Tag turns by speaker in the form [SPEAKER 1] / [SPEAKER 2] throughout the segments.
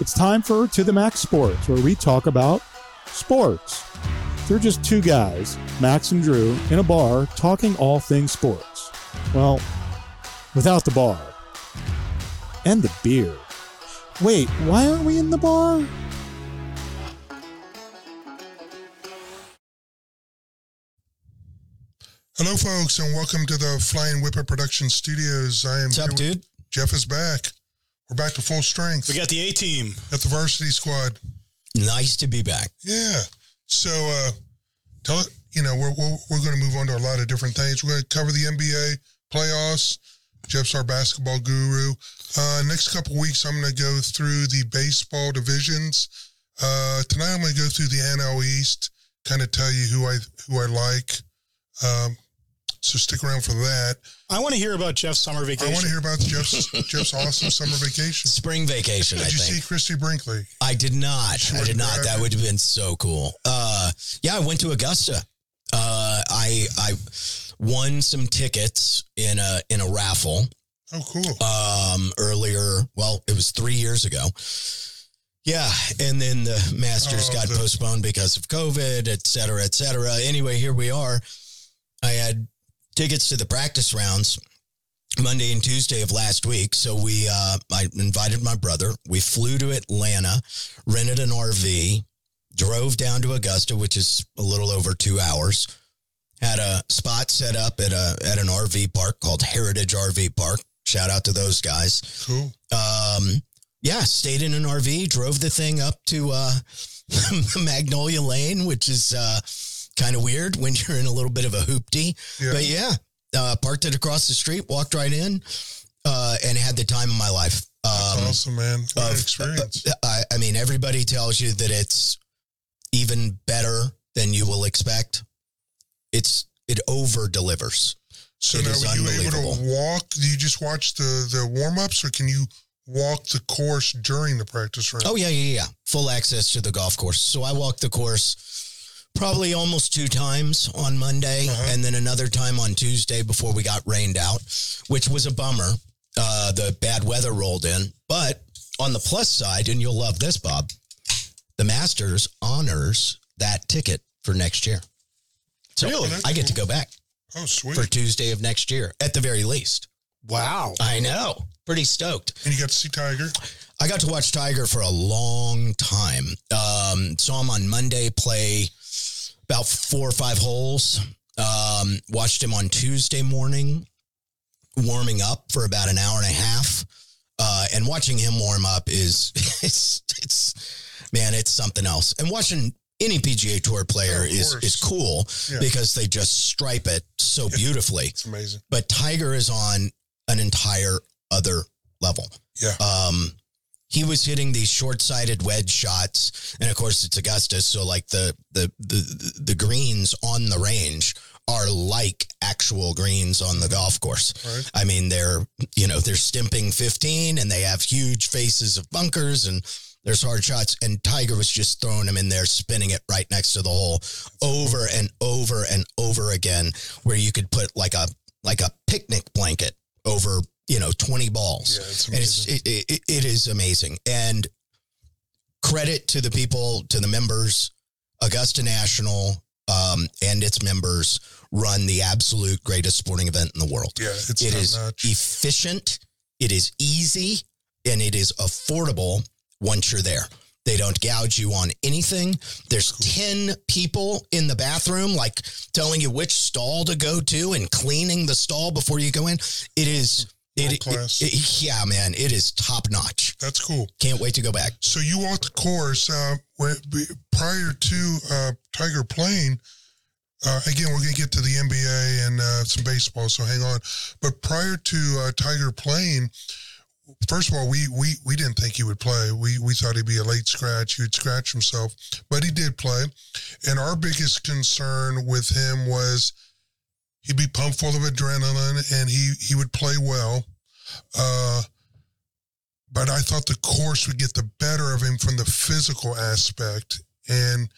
[SPEAKER 1] It's time for To the Max Sports, where we talk about sports. They're just two guys, Max and Drew, in a bar talking all things sports. Well, without the bar and the beer. Wait, why aren't we in the bar?
[SPEAKER 2] Hello, folks, and welcome to the Flying Whippet Production Studios. I am
[SPEAKER 3] What's up,
[SPEAKER 2] here with-
[SPEAKER 3] dude?
[SPEAKER 2] Jeff is back. We're back to full strength
[SPEAKER 4] We got the A team.
[SPEAKER 2] at the varsity squad.
[SPEAKER 3] Nice to be back.
[SPEAKER 2] Yeah. So, uh, tell it, you know, we're, we're, we're going to move on to a lot of different things. We're going to cover the NBA playoffs. Jeff's our basketball guru. Uh, next couple weeks, I'm going to go through the baseball divisions. Uh, tonight, I'm going to go through the NL East, kind of tell you who I who I like. Um, so stick around for that.
[SPEAKER 4] I want to hear about Jeff's summer
[SPEAKER 2] I
[SPEAKER 4] vacation.
[SPEAKER 2] want to hear about Jeff's Jeff's awesome summer vacation.
[SPEAKER 3] Spring vacation, I
[SPEAKER 2] Did you see
[SPEAKER 3] think.
[SPEAKER 2] Christy Brinkley?
[SPEAKER 3] I did not. I
[SPEAKER 2] went
[SPEAKER 3] did not.
[SPEAKER 2] there.
[SPEAKER 3] That would have been so cool. Uh, yeah, I went to Augusta. Uh, I I won some tickets in a in a raffle.
[SPEAKER 2] Oh, cool.
[SPEAKER 3] um, earlier. Well, it was three years ago. Yeah, and then the Masters
[SPEAKER 2] Oh,
[SPEAKER 3] got
[SPEAKER 2] the-
[SPEAKER 3] postponed because of COVID, et cetera, et cetera. Anyway, here we are. I had tickets to the practice rounds Monday and Tuesday of last week, so we uh, I invited my brother. We flew to Atlanta, rented an RV, drove down to Augusta, which is a little over two hours. Had a spot set up at a at an RV park called Heritage RV Park. Shout out to those guys
[SPEAKER 2] Cool.
[SPEAKER 3] um, yeah, stayed in an RV, drove the thing up to uh, Magnolia Lane, which is uh, kind of weird when you're in a little bit of a hoopty.
[SPEAKER 2] Yeah.
[SPEAKER 3] But yeah, uh, parked it across the street, walked right in, uh, and had the time of my life.
[SPEAKER 2] That's
[SPEAKER 3] Um,
[SPEAKER 2] awesome, man. What an
[SPEAKER 3] of- uh,
[SPEAKER 2] experience.
[SPEAKER 3] I, I mean, everybody tells you that it's even better than you will expect. It's it over delivers.
[SPEAKER 2] so
[SPEAKER 3] it
[SPEAKER 2] now,
[SPEAKER 3] is
[SPEAKER 2] were you able to
[SPEAKER 3] unbelievable.
[SPEAKER 2] walk? Do you just watch the the warm ups, or can you walk the course during the practice round?
[SPEAKER 3] Oh yeah, yeah, yeah. Full access to the golf course. So I walked the course probably almost two times on Monday,
[SPEAKER 2] Uh-huh.
[SPEAKER 3] and then another time on Tuesday before we got rained out, which was a bummer. Uh, the bad weather rolled in, but on the plus side, and you'll love this, Bob. The Masters honors that ticket for next year. So
[SPEAKER 2] Really? That's
[SPEAKER 3] I get to
[SPEAKER 2] cool.
[SPEAKER 3] go back
[SPEAKER 2] Oh, sweet.
[SPEAKER 3] for Tuesday of next year at the very least.
[SPEAKER 4] wow.
[SPEAKER 3] I know. Pretty stoked.
[SPEAKER 2] and you got to see Tiger.
[SPEAKER 3] I got to watch Tiger for a long time. Um, saw him on Monday play about four or five holes. Um, watched him on Tuesday morning warming up for about an hour and a half. Uh, and watching him warm up is it's it's man, it's something else. And watching any PGA Tour player
[SPEAKER 2] Of
[SPEAKER 3] is
[SPEAKER 2] course.
[SPEAKER 3] is cool
[SPEAKER 2] Yeah.
[SPEAKER 3] because they just stripe it so beautifully.
[SPEAKER 2] It's amazing.
[SPEAKER 3] But Tiger is on an entire other level
[SPEAKER 2] Yeah.
[SPEAKER 3] um, he was hitting these short-sighted wedge shots, and of course it's Augusta, so like the the the the greens on the range are like actual greens on the golf course.
[SPEAKER 2] Right.
[SPEAKER 3] I mean, they're you know they're stimping fifteen, and they have huge faces of bunkers and. There's hard shots, and Tiger was just throwing them in there, spinning it right next to the hole, over and over and over again, where you could put like a like a picnic blanket over you know twenty balls
[SPEAKER 2] Yeah, it's
[SPEAKER 3] and it's
[SPEAKER 2] amazing.
[SPEAKER 3] it, it, it- it is amazing and credit to the people to the members augusta national um, and its members run the absolute greatest sporting event in the world
[SPEAKER 2] yeah, it's
[SPEAKER 3] it
[SPEAKER 2] top
[SPEAKER 3] is
[SPEAKER 2] notch.
[SPEAKER 3] efficient it is easy and it is affordable once you're there they don't gouge you on anything there's 10 people in the bathroom like telling you which stall to go to and cleaning the stall before you go in it is
[SPEAKER 2] World
[SPEAKER 3] it,
[SPEAKER 2] class.
[SPEAKER 3] it- it- yeah man it is top notch
[SPEAKER 2] That's cool.
[SPEAKER 3] can't wait to go back
[SPEAKER 2] So you walked the course uh, where- b- prior to uh, Tiger playing. Uh, again, we're going to get to the NBA and uh, some baseball, so hang on. But prior to uh, Tiger playing, first of all, we, we we didn't think he would play. We we thought he'd be a late scratch. He'd scratch himself, but he did play. And our biggest concern with him was he'd be pumped full of adrenaline and he he would play well. Uh, but I thought the course would get the better of him from the physical aspect. And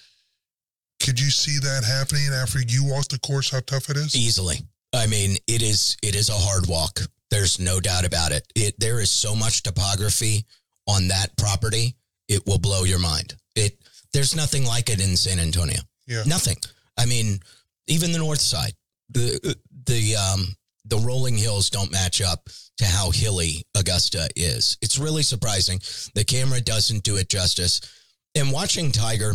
[SPEAKER 2] could you see that happening after you walked the course? How tough it is?
[SPEAKER 3] easily i mean it is it is a hard walk there's no doubt about it, it there is so much topography on that property it will blow your mind. It there's nothing like it in San Antonio.
[SPEAKER 2] Yeah.
[SPEAKER 3] Nothing. I mean, even the north side, the the um the rolling hills don't match up to how hilly Augusta is. It's really surprising. The camera doesn't do it justice. And watching Tiger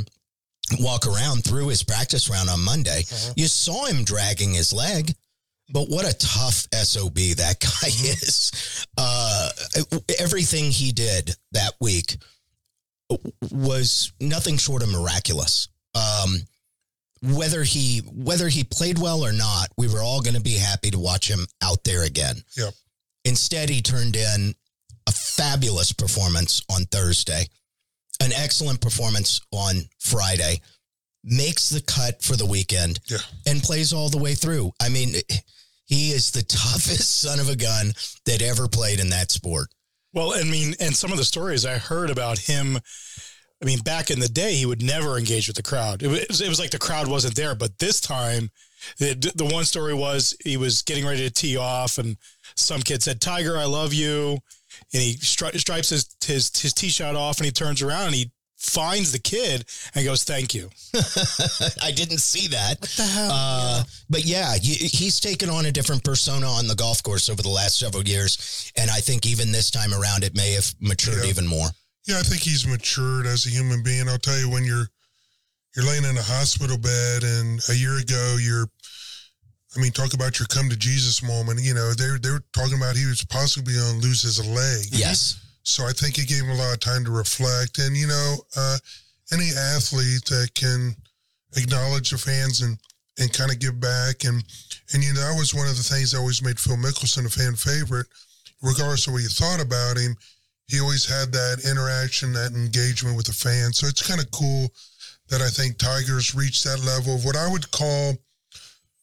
[SPEAKER 3] walk around through his practice round on Monday,
[SPEAKER 2] Uh-huh.
[SPEAKER 3] you saw him dragging his leg. But what a tough SOB that guy is. Uh, everything he did that week was nothing short of miraculous. Um, whether he whether he played well or not, we were all going to be happy to watch him out there again.
[SPEAKER 2] Yep.
[SPEAKER 3] Instead, he turned in a fabulous performance on Thursday, an excellent performance on Friday, makes the cut for the weekend,
[SPEAKER 2] Yeah.
[SPEAKER 3] and plays all the way through. I mean, he is the toughest son of a gun that ever played in that sport.
[SPEAKER 4] Well, I mean, and some of the stories I heard about him, I mean, back in the day, he would never engage with the crowd. It was, it was like the crowd wasn't there. But this time, the, the one story was he was getting ready to tee off, and some kid said, Tiger, I love you. And he stri- stripes his, his, his tee shot off, and he turns around and he finds the kid and goes, Thank you.
[SPEAKER 3] I didn't see that. What the hell? Uh, But yeah, he, he's taken on a different persona on the golf course over the last several years, and I think even this time around, it may have matured
[SPEAKER 2] Yeah.
[SPEAKER 3] even more.
[SPEAKER 2] Yeah, I think he's matured as a human being. I'll tell you when you're you're laying in a hospital bed and a year ago you're I mean, talk about your come to Jesus moment. You know, they're they're talking about he was possibly gonna lose his leg.
[SPEAKER 3] Yes,
[SPEAKER 2] So I think it gave him a lot of time to reflect. And you know, uh, any athlete that can acknowledge the fans and and kind of give back and and you know that was one of the things that always made Phil Mickelson a fan favorite, regardless of what you thought about him. He always had that interaction, that engagement with the fans. So it's kind of cool that I think Tigers reached that level of what I would call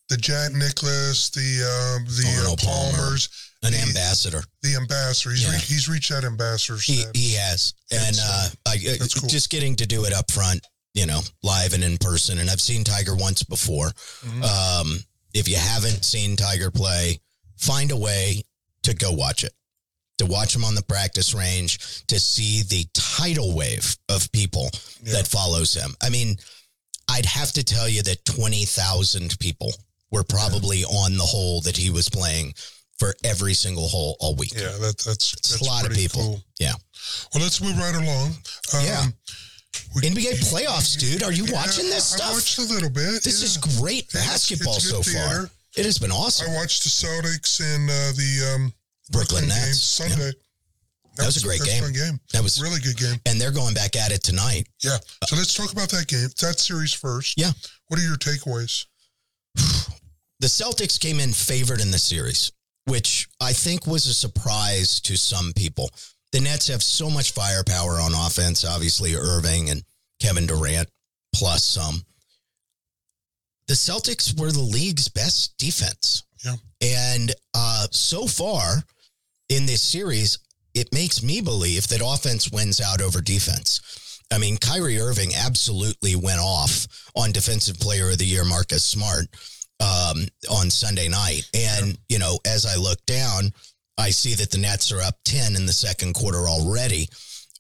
[SPEAKER 2] the Jack Nicklaus, the um, the uh,
[SPEAKER 3] Arnold Palmer.
[SPEAKER 2] Palmers,
[SPEAKER 3] an
[SPEAKER 2] He-
[SPEAKER 3] ambassador.
[SPEAKER 2] the ambassador. He's,
[SPEAKER 3] Yeah.
[SPEAKER 2] re- he's reached that ambassador
[SPEAKER 3] He,
[SPEAKER 2] status.
[SPEAKER 3] he has, and
[SPEAKER 2] That's,
[SPEAKER 3] uh, I,
[SPEAKER 2] that's cool.
[SPEAKER 3] just getting to do it up front, you know, live and in person. And I've seen Tiger once before.
[SPEAKER 2] Mhm.
[SPEAKER 3] Um, if you haven't seen Tiger play, find a way to go watch it, to watch him on the practice range, to see the tidal wave of people
[SPEAKER 2] Yeah.
[SPEAKER 3] that follows him. I mean, I'd have to tell you that 20,000 people were probably on the hole that he was playing for every single hole all week.
[SPEAKER 2] Yeah, that, that's,
[SPEAKER 3] It's a
[SPEAKER 2] that's
[SPEAKER 3] lot of
[SPEAKER 2] pretty
[SPEAKER 3] people.
[SPEAKER 2] cool.
[SPEAKER 3] Yeah.
[SPEAKER 2] Well, let's move right along. Um,
[SPEAKER 3] Yeah.
[SPEAKER 2] we-
[SPEAKER 3] NBA playoffs, dude. Are you
[SPEAKER 2] Yeah,
[SPEAKER 3] watching this
[SPEAKER 2] I- I watched
[SPEAKER 3] stuff?
[SPEAKER 2] a little bit.
[SPEAKER 3] This
[SPEAKER 2] yeah.
[SPEAKER 3] is great
[SPEAKER 2] It's-
[SPEAKER 3] basketball
[SPEAKER 2] it's
[SPEAKER 3] so
[SPEAKER 2] good
[SPEAKER 3] far.
[SPEAKER 2] theater.
[SPEAKER 3] It has been awesome.
[SPEAKER 2] I watched the Celtics and uh, the um,
[SPEAKER 3] Brooklyn
[SPEAKER 2] Brooklyn game
[SPEAKER 3] Nets. Yeah.
[SPEAKER 2] Sunday.
[SPEAKER 3] That was a great
[SPEAKER 2] that's
[SPEAKER 3] game.
[SPEAKER 2] Fun game.
[SPEAKER 3] That was,
[SPEAKER 2] Really good game.
[SPEAKER 3] and they're going back at it tonight.
[SPEAKER 2] Yeah. So let's talk about that game, that series first.
[SPEAKER 3] Yeah.
[SPEAKER 2] What are your takeaways?
[SPEAKER 3] the Celtics came in favored in the series, which I think was a surprise to some people. The Nets have so much firepower on offense, obviously Irving and Kevin Durant plus some. The Celtics were the league's best defense.
[SPEAKER 2] Yeah.
[SPEAKER 3] And uh, so far in this series, it makes me believe that offense wins out over defense. I mean, Kyrie Irving absolutely went off on Defensive Player of the Year, Marcus Smart um, on Sunday night. And, you know, as I look down, I see that the Nets are up 10 in the second quarter already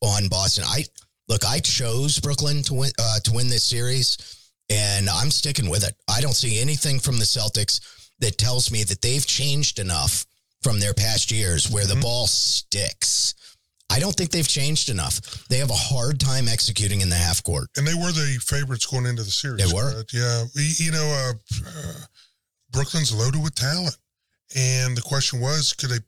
[SPEAKER 3] on Boston. I look, I chose Brooklyn to win, uh, to win this series and I'm sticking with it. I don't see anything from the Celtics that tells me that they've changed enough from their past years where the
[SPEAKER 2] Mhm.
[SPEAKER 3] ball sticks. I don't think they've changed enough. They have a hard time executing in the half court.
[SPEAKER 2] And they were the favorites going into the series.
[SPEAKER 3] They were?
[SPEAKER 2] correct? Yeah. We, you know, uh, uh, Brooklyn's loaded with talent. And the question was, could they,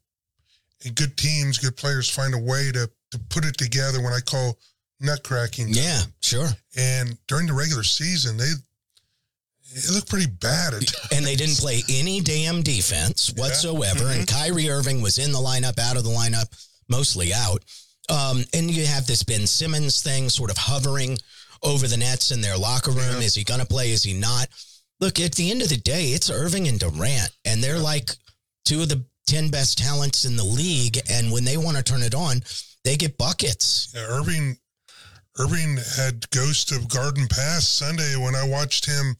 [SPEAKER 2] and good teams, good players find a way to, to put it together when I call nutcracking?
[SPEAKER 3] Yeah, sure.
[SPEAKER 2] And during the regular season, they, it looked pretty bad at times.
[SPEAKER 3] And they didn't play any damn defense
[SPEAKER 2] Yeah.
[SPEAKER 3] whatsoever. And
[SPEAKER 4] Mm-hmm.
[SPEAKER 3] Kyrie Irving was in the lineup, out of the lineup, mostly out. Um, and you have this Ben Simmons thing sort of hovering over the Nets in their locker room.
[SPEAKER 2] Yeah.
[SPEAKER 3] Is he going to play? Is he not? Look, at the end of the day, it's Irving and Durant, and they're like two of the 10 best talents in the league. And when they want to turn it on, they get buckets.
[SPEAKER 2] Yeah, Irving, Irving had Ghost of Garden Pass Sunday when I watched him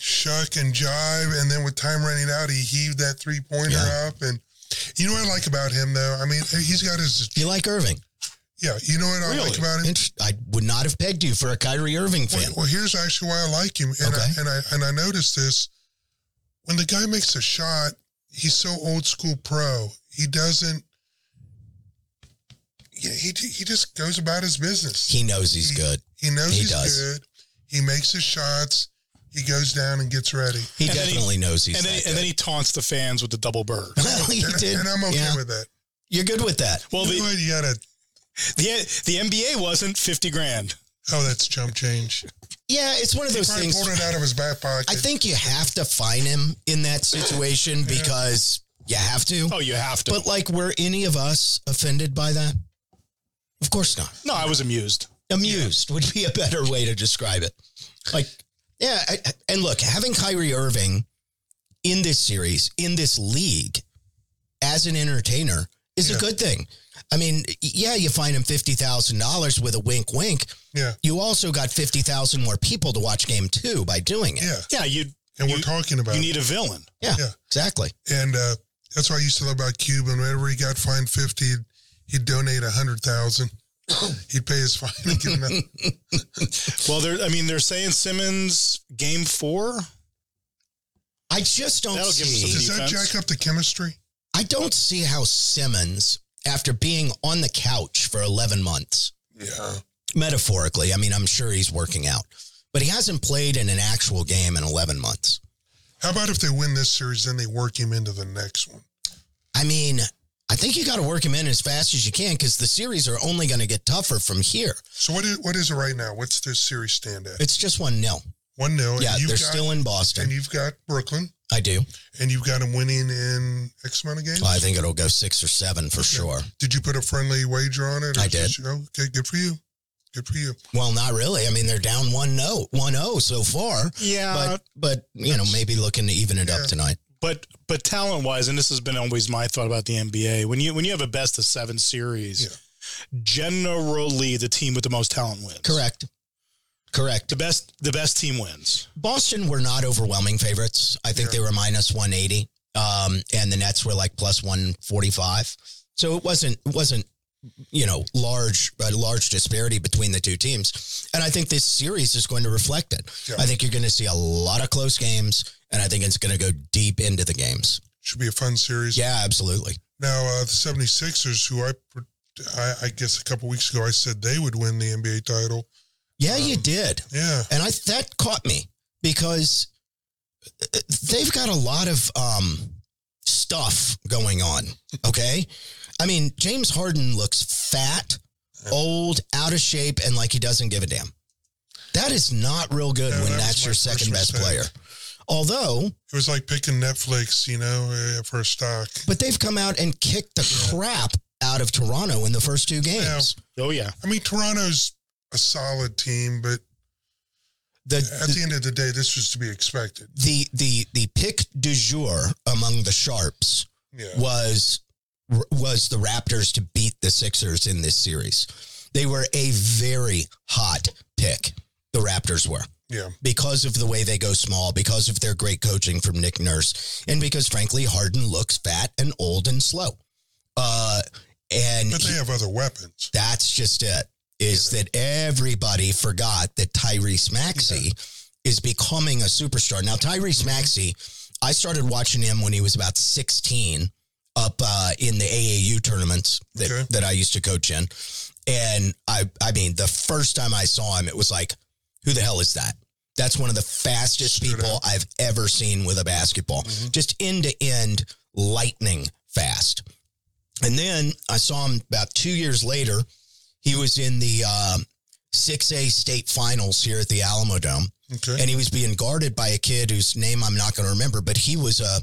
[SPEAKER 2] shuck and jive, and then with time running out, he heaved that three pointer
[SPEAKER 3] Yeah.
[SPEAKER 2] up. And you know what I like about him though? I mean, he's got his
[SPEAKER 3] You like Irving?
[SPEAKER 2] Yeah, you know what I
[SPEAKER 4] Really?
[SPEAKER 2] like about him?
[SPEAKER 3] Int- I would not have pegged you for a Kyrie Irving fan.
[SPEAKER 2] Well, well, here's actually why I like him, and
[SPEAKER 3] Okay.
[SPEAKER 2] I, and I and I noticed this when the guy makes a shot, he's so old school pro. He doesn't. He he, he just goes about his business.
[SPEAKER 3] He knows he's good.
[SPEAKER 2] He knows
[SPEAKER 3] he
[SPEAKER 2] he's
[SPEAKER 3] does.
[SPEAKER 2] good. He makes his shots. He goes down and gets ready.
[SPEAKER 3] He
[SPEAKER 4] And then he-
[SPEAKER 3] definitely knows he's
[SPEAKER 4] and then,
[SPEAKER 3] that
[SPEAKER 4] and then he taunts the fans with the double bird.
[SPEAKER 3] good. well, he
[SPEAKER 2] And, I-
[SPEAKER 3] did.
[SPEAKER 2] and I'm okay
[SPEAKER 3] yeah.
[SPEAKER 2] with that.
[SPEAKER 3] You're good with that.
[SPEAKER 4] Well,
[SPEAKER 2] You know
[SPEAKER 4] the,
[SPEAKER 2] what? You gotta.
[SPEAKER 4] the the NBA wasn't fifty grand.
[SPEAKER 2] Oh, that's chump change.
[SPEAKER 3] Yeah, it's one of
[SPEAKER 2] He
[SPEAKER 3] those
[SPEAKER 2] probably
[SPEAKER 3] things.
[SPEAKER 2] pulled it out of his back pocket.
[SPEAKER 3] I think you have to fine him in that situation because you have to.
[SPEAKER 4] Oh, you have to.
[SPEAKER 3] But like, were any of us offended by that? Of course not.
[SPEAKER 4] no, I was amused.
[SPEAKER 3] Amused would be a better way to describe it. Like, yeah, I, I- and look, having Kyrie Irving in this series, in this league, as an entertainer is
[SPEAKER 2] Yeah.
[SPEAKER 3] a good thing. I mean, yeah, you find him fifty thousand dollars with a wink, wink.
[SPEAKER 2] Yeah,
[SPEAKER 3] You also got fifty thousand more people to watch game two by doing it.
[SPEAKER 2] yeah.
[SPEAKER 4] Yeah, you
[SPEAKER 2] And we're
[SPEAKER 4] You-
[SPEAKER 2] talking about
[SPEAKER 4] you
[SPEAKER 2] it.
[SPEAKER 4] need a villain.
[SPEAKER 3] Yeah,
[SPEAKER 2] Yeah.
[SPEAKER 3] exactly.
[SPEAKER 2] and uh, that's what I used to love about Cuban. Whenever he got fined fifty, he'd, he'd donate a hundred thousand. he'd pay his fine and give nothing.
[SPEAKER 4] Well, they're I mean they're saying Simmons game four.
[SPEAKER 3] I just don't
[SPEAKER 4] That'll give him
[SPEAKER 3] see.
[SPEAKER 4] some-
[SPEAKER 2] Does that
[SPEAKER 4] Defense.
[SPEAKER 2] jack up the chemistry?
[SPEAKER 3] I don't see how Simmons, after being on the couch for eleven months,
[SPEAKER 2] Yeah,
[SPEAKER 3] metaphorically, I mean, I'm sure he's working out, but he hasn't played in an actual game in eleven months.
[SPEAKER 2] How about if they win this series, then they work him into the next one?
[SPEAKER 3] I mean, I think you got to work him in as fast as you can because the series are only going to get tougher from here.
[SPEAKER 2] So what is what is it right now? What's this series stand at?
[SPEAKER 3] It's just one nil.
[SPEAKER 2] One nil.
[SPEAKER 3] Yeah,
[SPEAKER 2] and
[SPEAKER 3] they're
[SPEAKER 2] you've got,
[SPEAKER 3] still in
[SPEAKER 2] and
[SPEAKER 3] Boston.
[SPEAKER 2] you've got Brooklyn,
[SPEAKER 3] I do.
[SPEAKER 2] and you've got them winning in X amount of games.
[SPEAKER 3] I think it'll go six or seven for sure.
[SPEAKER 2] Did you put a friendly wager on it?
[SPEAKER 3] I did.
[SPEAKER 2] you know, okay, good for you. Good for you.
[SPEAKER 3] Well, not really. I mean, they're down one no, one oh so far.
[SPEAKER 4] Yeah,
[SPEAKER 3] But, but you know, maybe looking to even it
[SPEAKER 2] Uh, Yeah.
[SPEAKER 3] up tonight.
[SPEAKER 4] but but talent wise, and this has been always my thought about the NBA. When you when you have a best of seven series, generally the team with the most talent wins.
[SPEAKER 3] Correct. Correct.
[SPEAKER 4] The best the best team wins.
[SPEAKER 3] Boston were not overwhelming favorites. I think
[SPEAKER 2] Yeah.
[SPEAKER 3] they were minus 180. Um, and the Nets were like plus 145. So it wasn't, it wasn't, you know, large, a large disparity between the two teams. And I think this series is going to reflect it.
[SPEAKER 2] Yeah.
[SPEAKER 3] I think you're going to see a lot of close games. And I think it's going to go deep into the games.
[SPEAKER 2] Should be a fun series.
[SPEAKER 3] Yeah, absolutely.
[SPEAKER 2] Now, uh, the 76ers, who I, I, I guess a couple weeks ago I said they would win the NBA title.
[SPEAKER 3] Yeah,
[SPEAKER 2] Um,
[SPEAKER 3] you did.
[SPEAKER 2] Yeah.
[SPEAKER 3] And I that caught me because they've got a lot of um, stuff going on. Okay, I mean James Harden looks fat, old, out of shape, and like he doesn't give a damn. That is not real good
[SPEAKER 2] Yeah,
[SPEAKER 3] when
[SPEAKER 2] that was
[SPEAKER 3] that's
[SPEAKER 2] my
[SPEAKER 3] your
[SPEAKER 2] first
[SPEAKER 3] second best
[SPEAKER 2] mistake.
[SPEAKER 3] player. Although,
[SPEAKER 2] It was like picking Netflix, you know, uh, for a stock.
[SPEAKER 3] but they've come out and kicked the crap out of Toronto in the first two games.
[SPEAKER 4] Oh yeah.
[SPEAKER 2] I mean, Toronto's a solid team, but
[SPEAKER 3] The,
[SPEAKER 2] at the end of the day, this was to be expected.
[SPEAKER 3] the the the pick du jour among the sharps
[SPEAKER 2] Yeah.
[SPEAKER 3] was was the Raptors to beat the Sixers in this series. They were a very hot pick. The Raptors were
[SPEAKER 2] Yeah.
[SPEAKER 3] because of the way they go small, because of their great coaching from Nick Nurse, and because frankly Harden looks fat and old and slow. Uh, and
[SPEAKER 2] But
[SPEAKER 3] he-
[SPEAKER 2] they have other weapons.
[SPEAKER 3] that's just it. Is that everybody forgot that Tyrese Maxey is becoming a superstar? Now, Tyrese Maxey, I started watching him when he was about 16 up uh, in the AAU tournaments that,
[SPEAKER 2] Okay.
[SPEAKER 3] that I used to coach in. And I, I mean, the first time I saw him, it was like, who the hell is that? That's one of the fastest
[SPEAKER 2] Straight
[SPEAKER 3] people
[SPEAKER 2] up.
[SPEAKER 3] I've ever seen with a basketball.
[SPEAKER 2] Mhm.
[SPEAKER 3] Just end to end, lightning fast. And then I saw him about two years later. He was in the um 6A state finals here at the Alamo Dome,
[SPEAKER 2] Okay.
[SPEAKER 3] and he was being guarded by a kid whose name I'm not going to remember, but he was a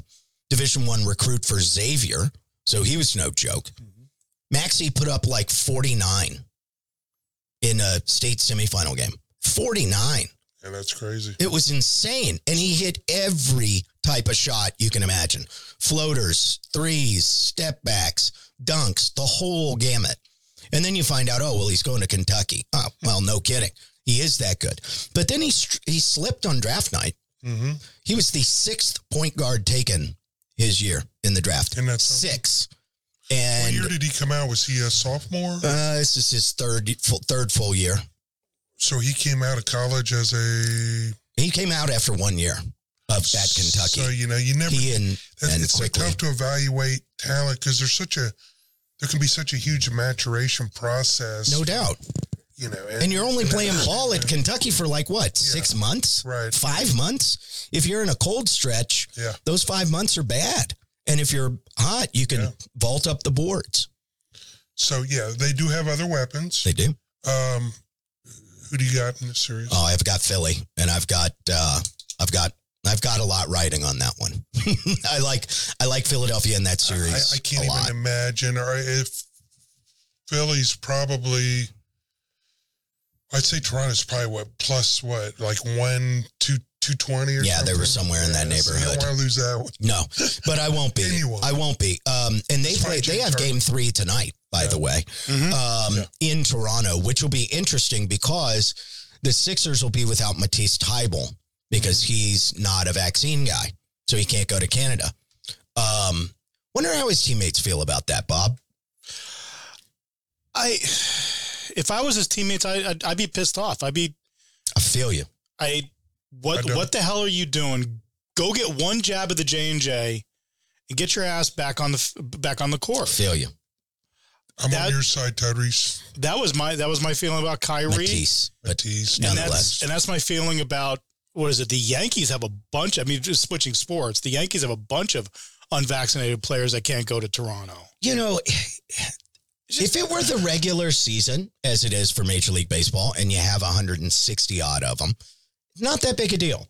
[SPEAKER 3] Division One recruit for Xavier, so he was no joke. Maxie put up like 49 in a state semifinal game. 49.
[SPEAKER 2] Yeah, that's crazy.
[SPEAKER 3] It was insane. And he hit every type of shot you can imagine floaters, threes, step backs, dunks, the whole gamut. And then you find out, oh, well, he's going to Kentucky. Oh, well, no kidding. He is that good. But then he, str- he slipped on draft night.
[SPEAKER 2] Mm-hmm.
[SPEAKER 3] He was the sixth point guard taken his year in the draft.
[SPEAKER 2] And that's
[SPEAKER 3] Six.
[SPEAKER 2] What
[SPEAKER 3] And
[SPEAKER 2] year did he come out? Was he a sophomore?
[SPEAKER 3] uh, this is his third full, third full year.
[SPEAKER 2] so he came out of college as a
[SPEAKER 3] He came out after one year of at Kentucky.
[SPEAKER 2] So you know, you never.
[SPEAKER 3] he and
[SPEAKER 2] that's-
[SPEAKER 3] and
[SPEAKER 2] it's so
[SPEAKER 3] quickly.
[SPEAKER 2] tough to evaluate talent because there's such a there can be such a huge maturation process.
[SPEAKER 3] no doubt.
[SPEAKER 2] you know,
[SPEAKER 3] And you're only playing ball at
[SPEAKER 2] Yeah.
[SPEAKER 3] Kentucky for like what six months,
[SPEAKER 2] Right.
[SPEAKER 3] Five months. If you're in a cold stretch,
[SPEAKER 2] Yeah.
[SPEAKER 3] those five months are bad. And if you're hot, you can
[SPEAKER 2] Yeah.
[SPEAKER 3] vault up the boards.
[SPEAKER 2] So yeah, they do have other weapons.
[SPEAKER 3] They do.
[SPEAKER 2] Um, who do you got in the series?
[SPEAKER 3] Oh, I've got Philly, and I've got uh, I've got I've got a lot riding on that one. I like I like Philadelphia in that series.
[SPEAKER 2] I, I can't
[SPEAKER 3] a
[SPEAKER 2] even
[SPEAKER 3] lot.
[SPEAKER 2] imagine. Or if Philly's probably, I'd say Toronto's probably what plus what like one two two twenty or
[SPEAKER 3] Yeah, they
[SPEAKER 2] something?
[SPEAKER 3] were somewhere in that
[SPEAKER 2] so you
[SPEAKER 3] neighborhood.
[SPEAKER 2] don't want to lose that one.
[SPEAKER 3] No, but I won't be.
[SPEAKER 2] And you won't.
[SPEAKER 3] I won't be. Um, and they
[SPEAKER 2] It's
[SPEAKER 3] play.
[SPEAKER 2] fine,
[SPEAKER 3] They
[SPEAKER 2] James
[SPEAKER 3] have
[SPEAKER 2] Harden.
[SPEAKER 3] game three tonight, by the way, um, in Toronto, which will be interesting because the Sixers will be without Matisse Tybel because
[SPEAKER 2] Mm-hmm.
[SPEAKER 3] he's not a vaccine guy, so he can't go to Canada. Um, wonder how his teammates feel about that, Bob.
[SPEAKER 4] I, if I was his teammates, I, I'd, I'd be pissed off. I'd be,
[SPEAKER 3] I feel you.
[SPEAKER 4] I,
[SPEAKER 2] I
[SPEAKER 4] what,
[SPEAKER 2] don't-
[SPEAKER 4] what the hell are you doing? Go get one jab of the J and J, and get your ass back on the f- back on the
[SPEAKER 3] I
[SPEAKER 4] court.
[SPEAKER 3] feel you,
[SPEAKER 2] I'm
[SPEAKER 4] That-
[SPEAKER 2] on your side, Tyrese
[SPEAKER 4] That was my that was my feeling about Kyrie.
[SPEAKER 3] Matisse. But
[SPEAKER 2] Matisse.
[SPEAKER 4] and
[SPEAKER 3] nonetheless.
[SPEAKER 4] that's and that's my feeling about what is it? The Yankees have a bunch. I mean, just switching sports, the Yankees have a bunch of unvaccinated players that can't go to Toronto.
[SPEAKER 3] you know,
[SPEAKER 4] It's just-
[SPEAKER 3] if it were the regular season, as it is for Major League Baseball, and you have 160 odd of them, not that big a deal.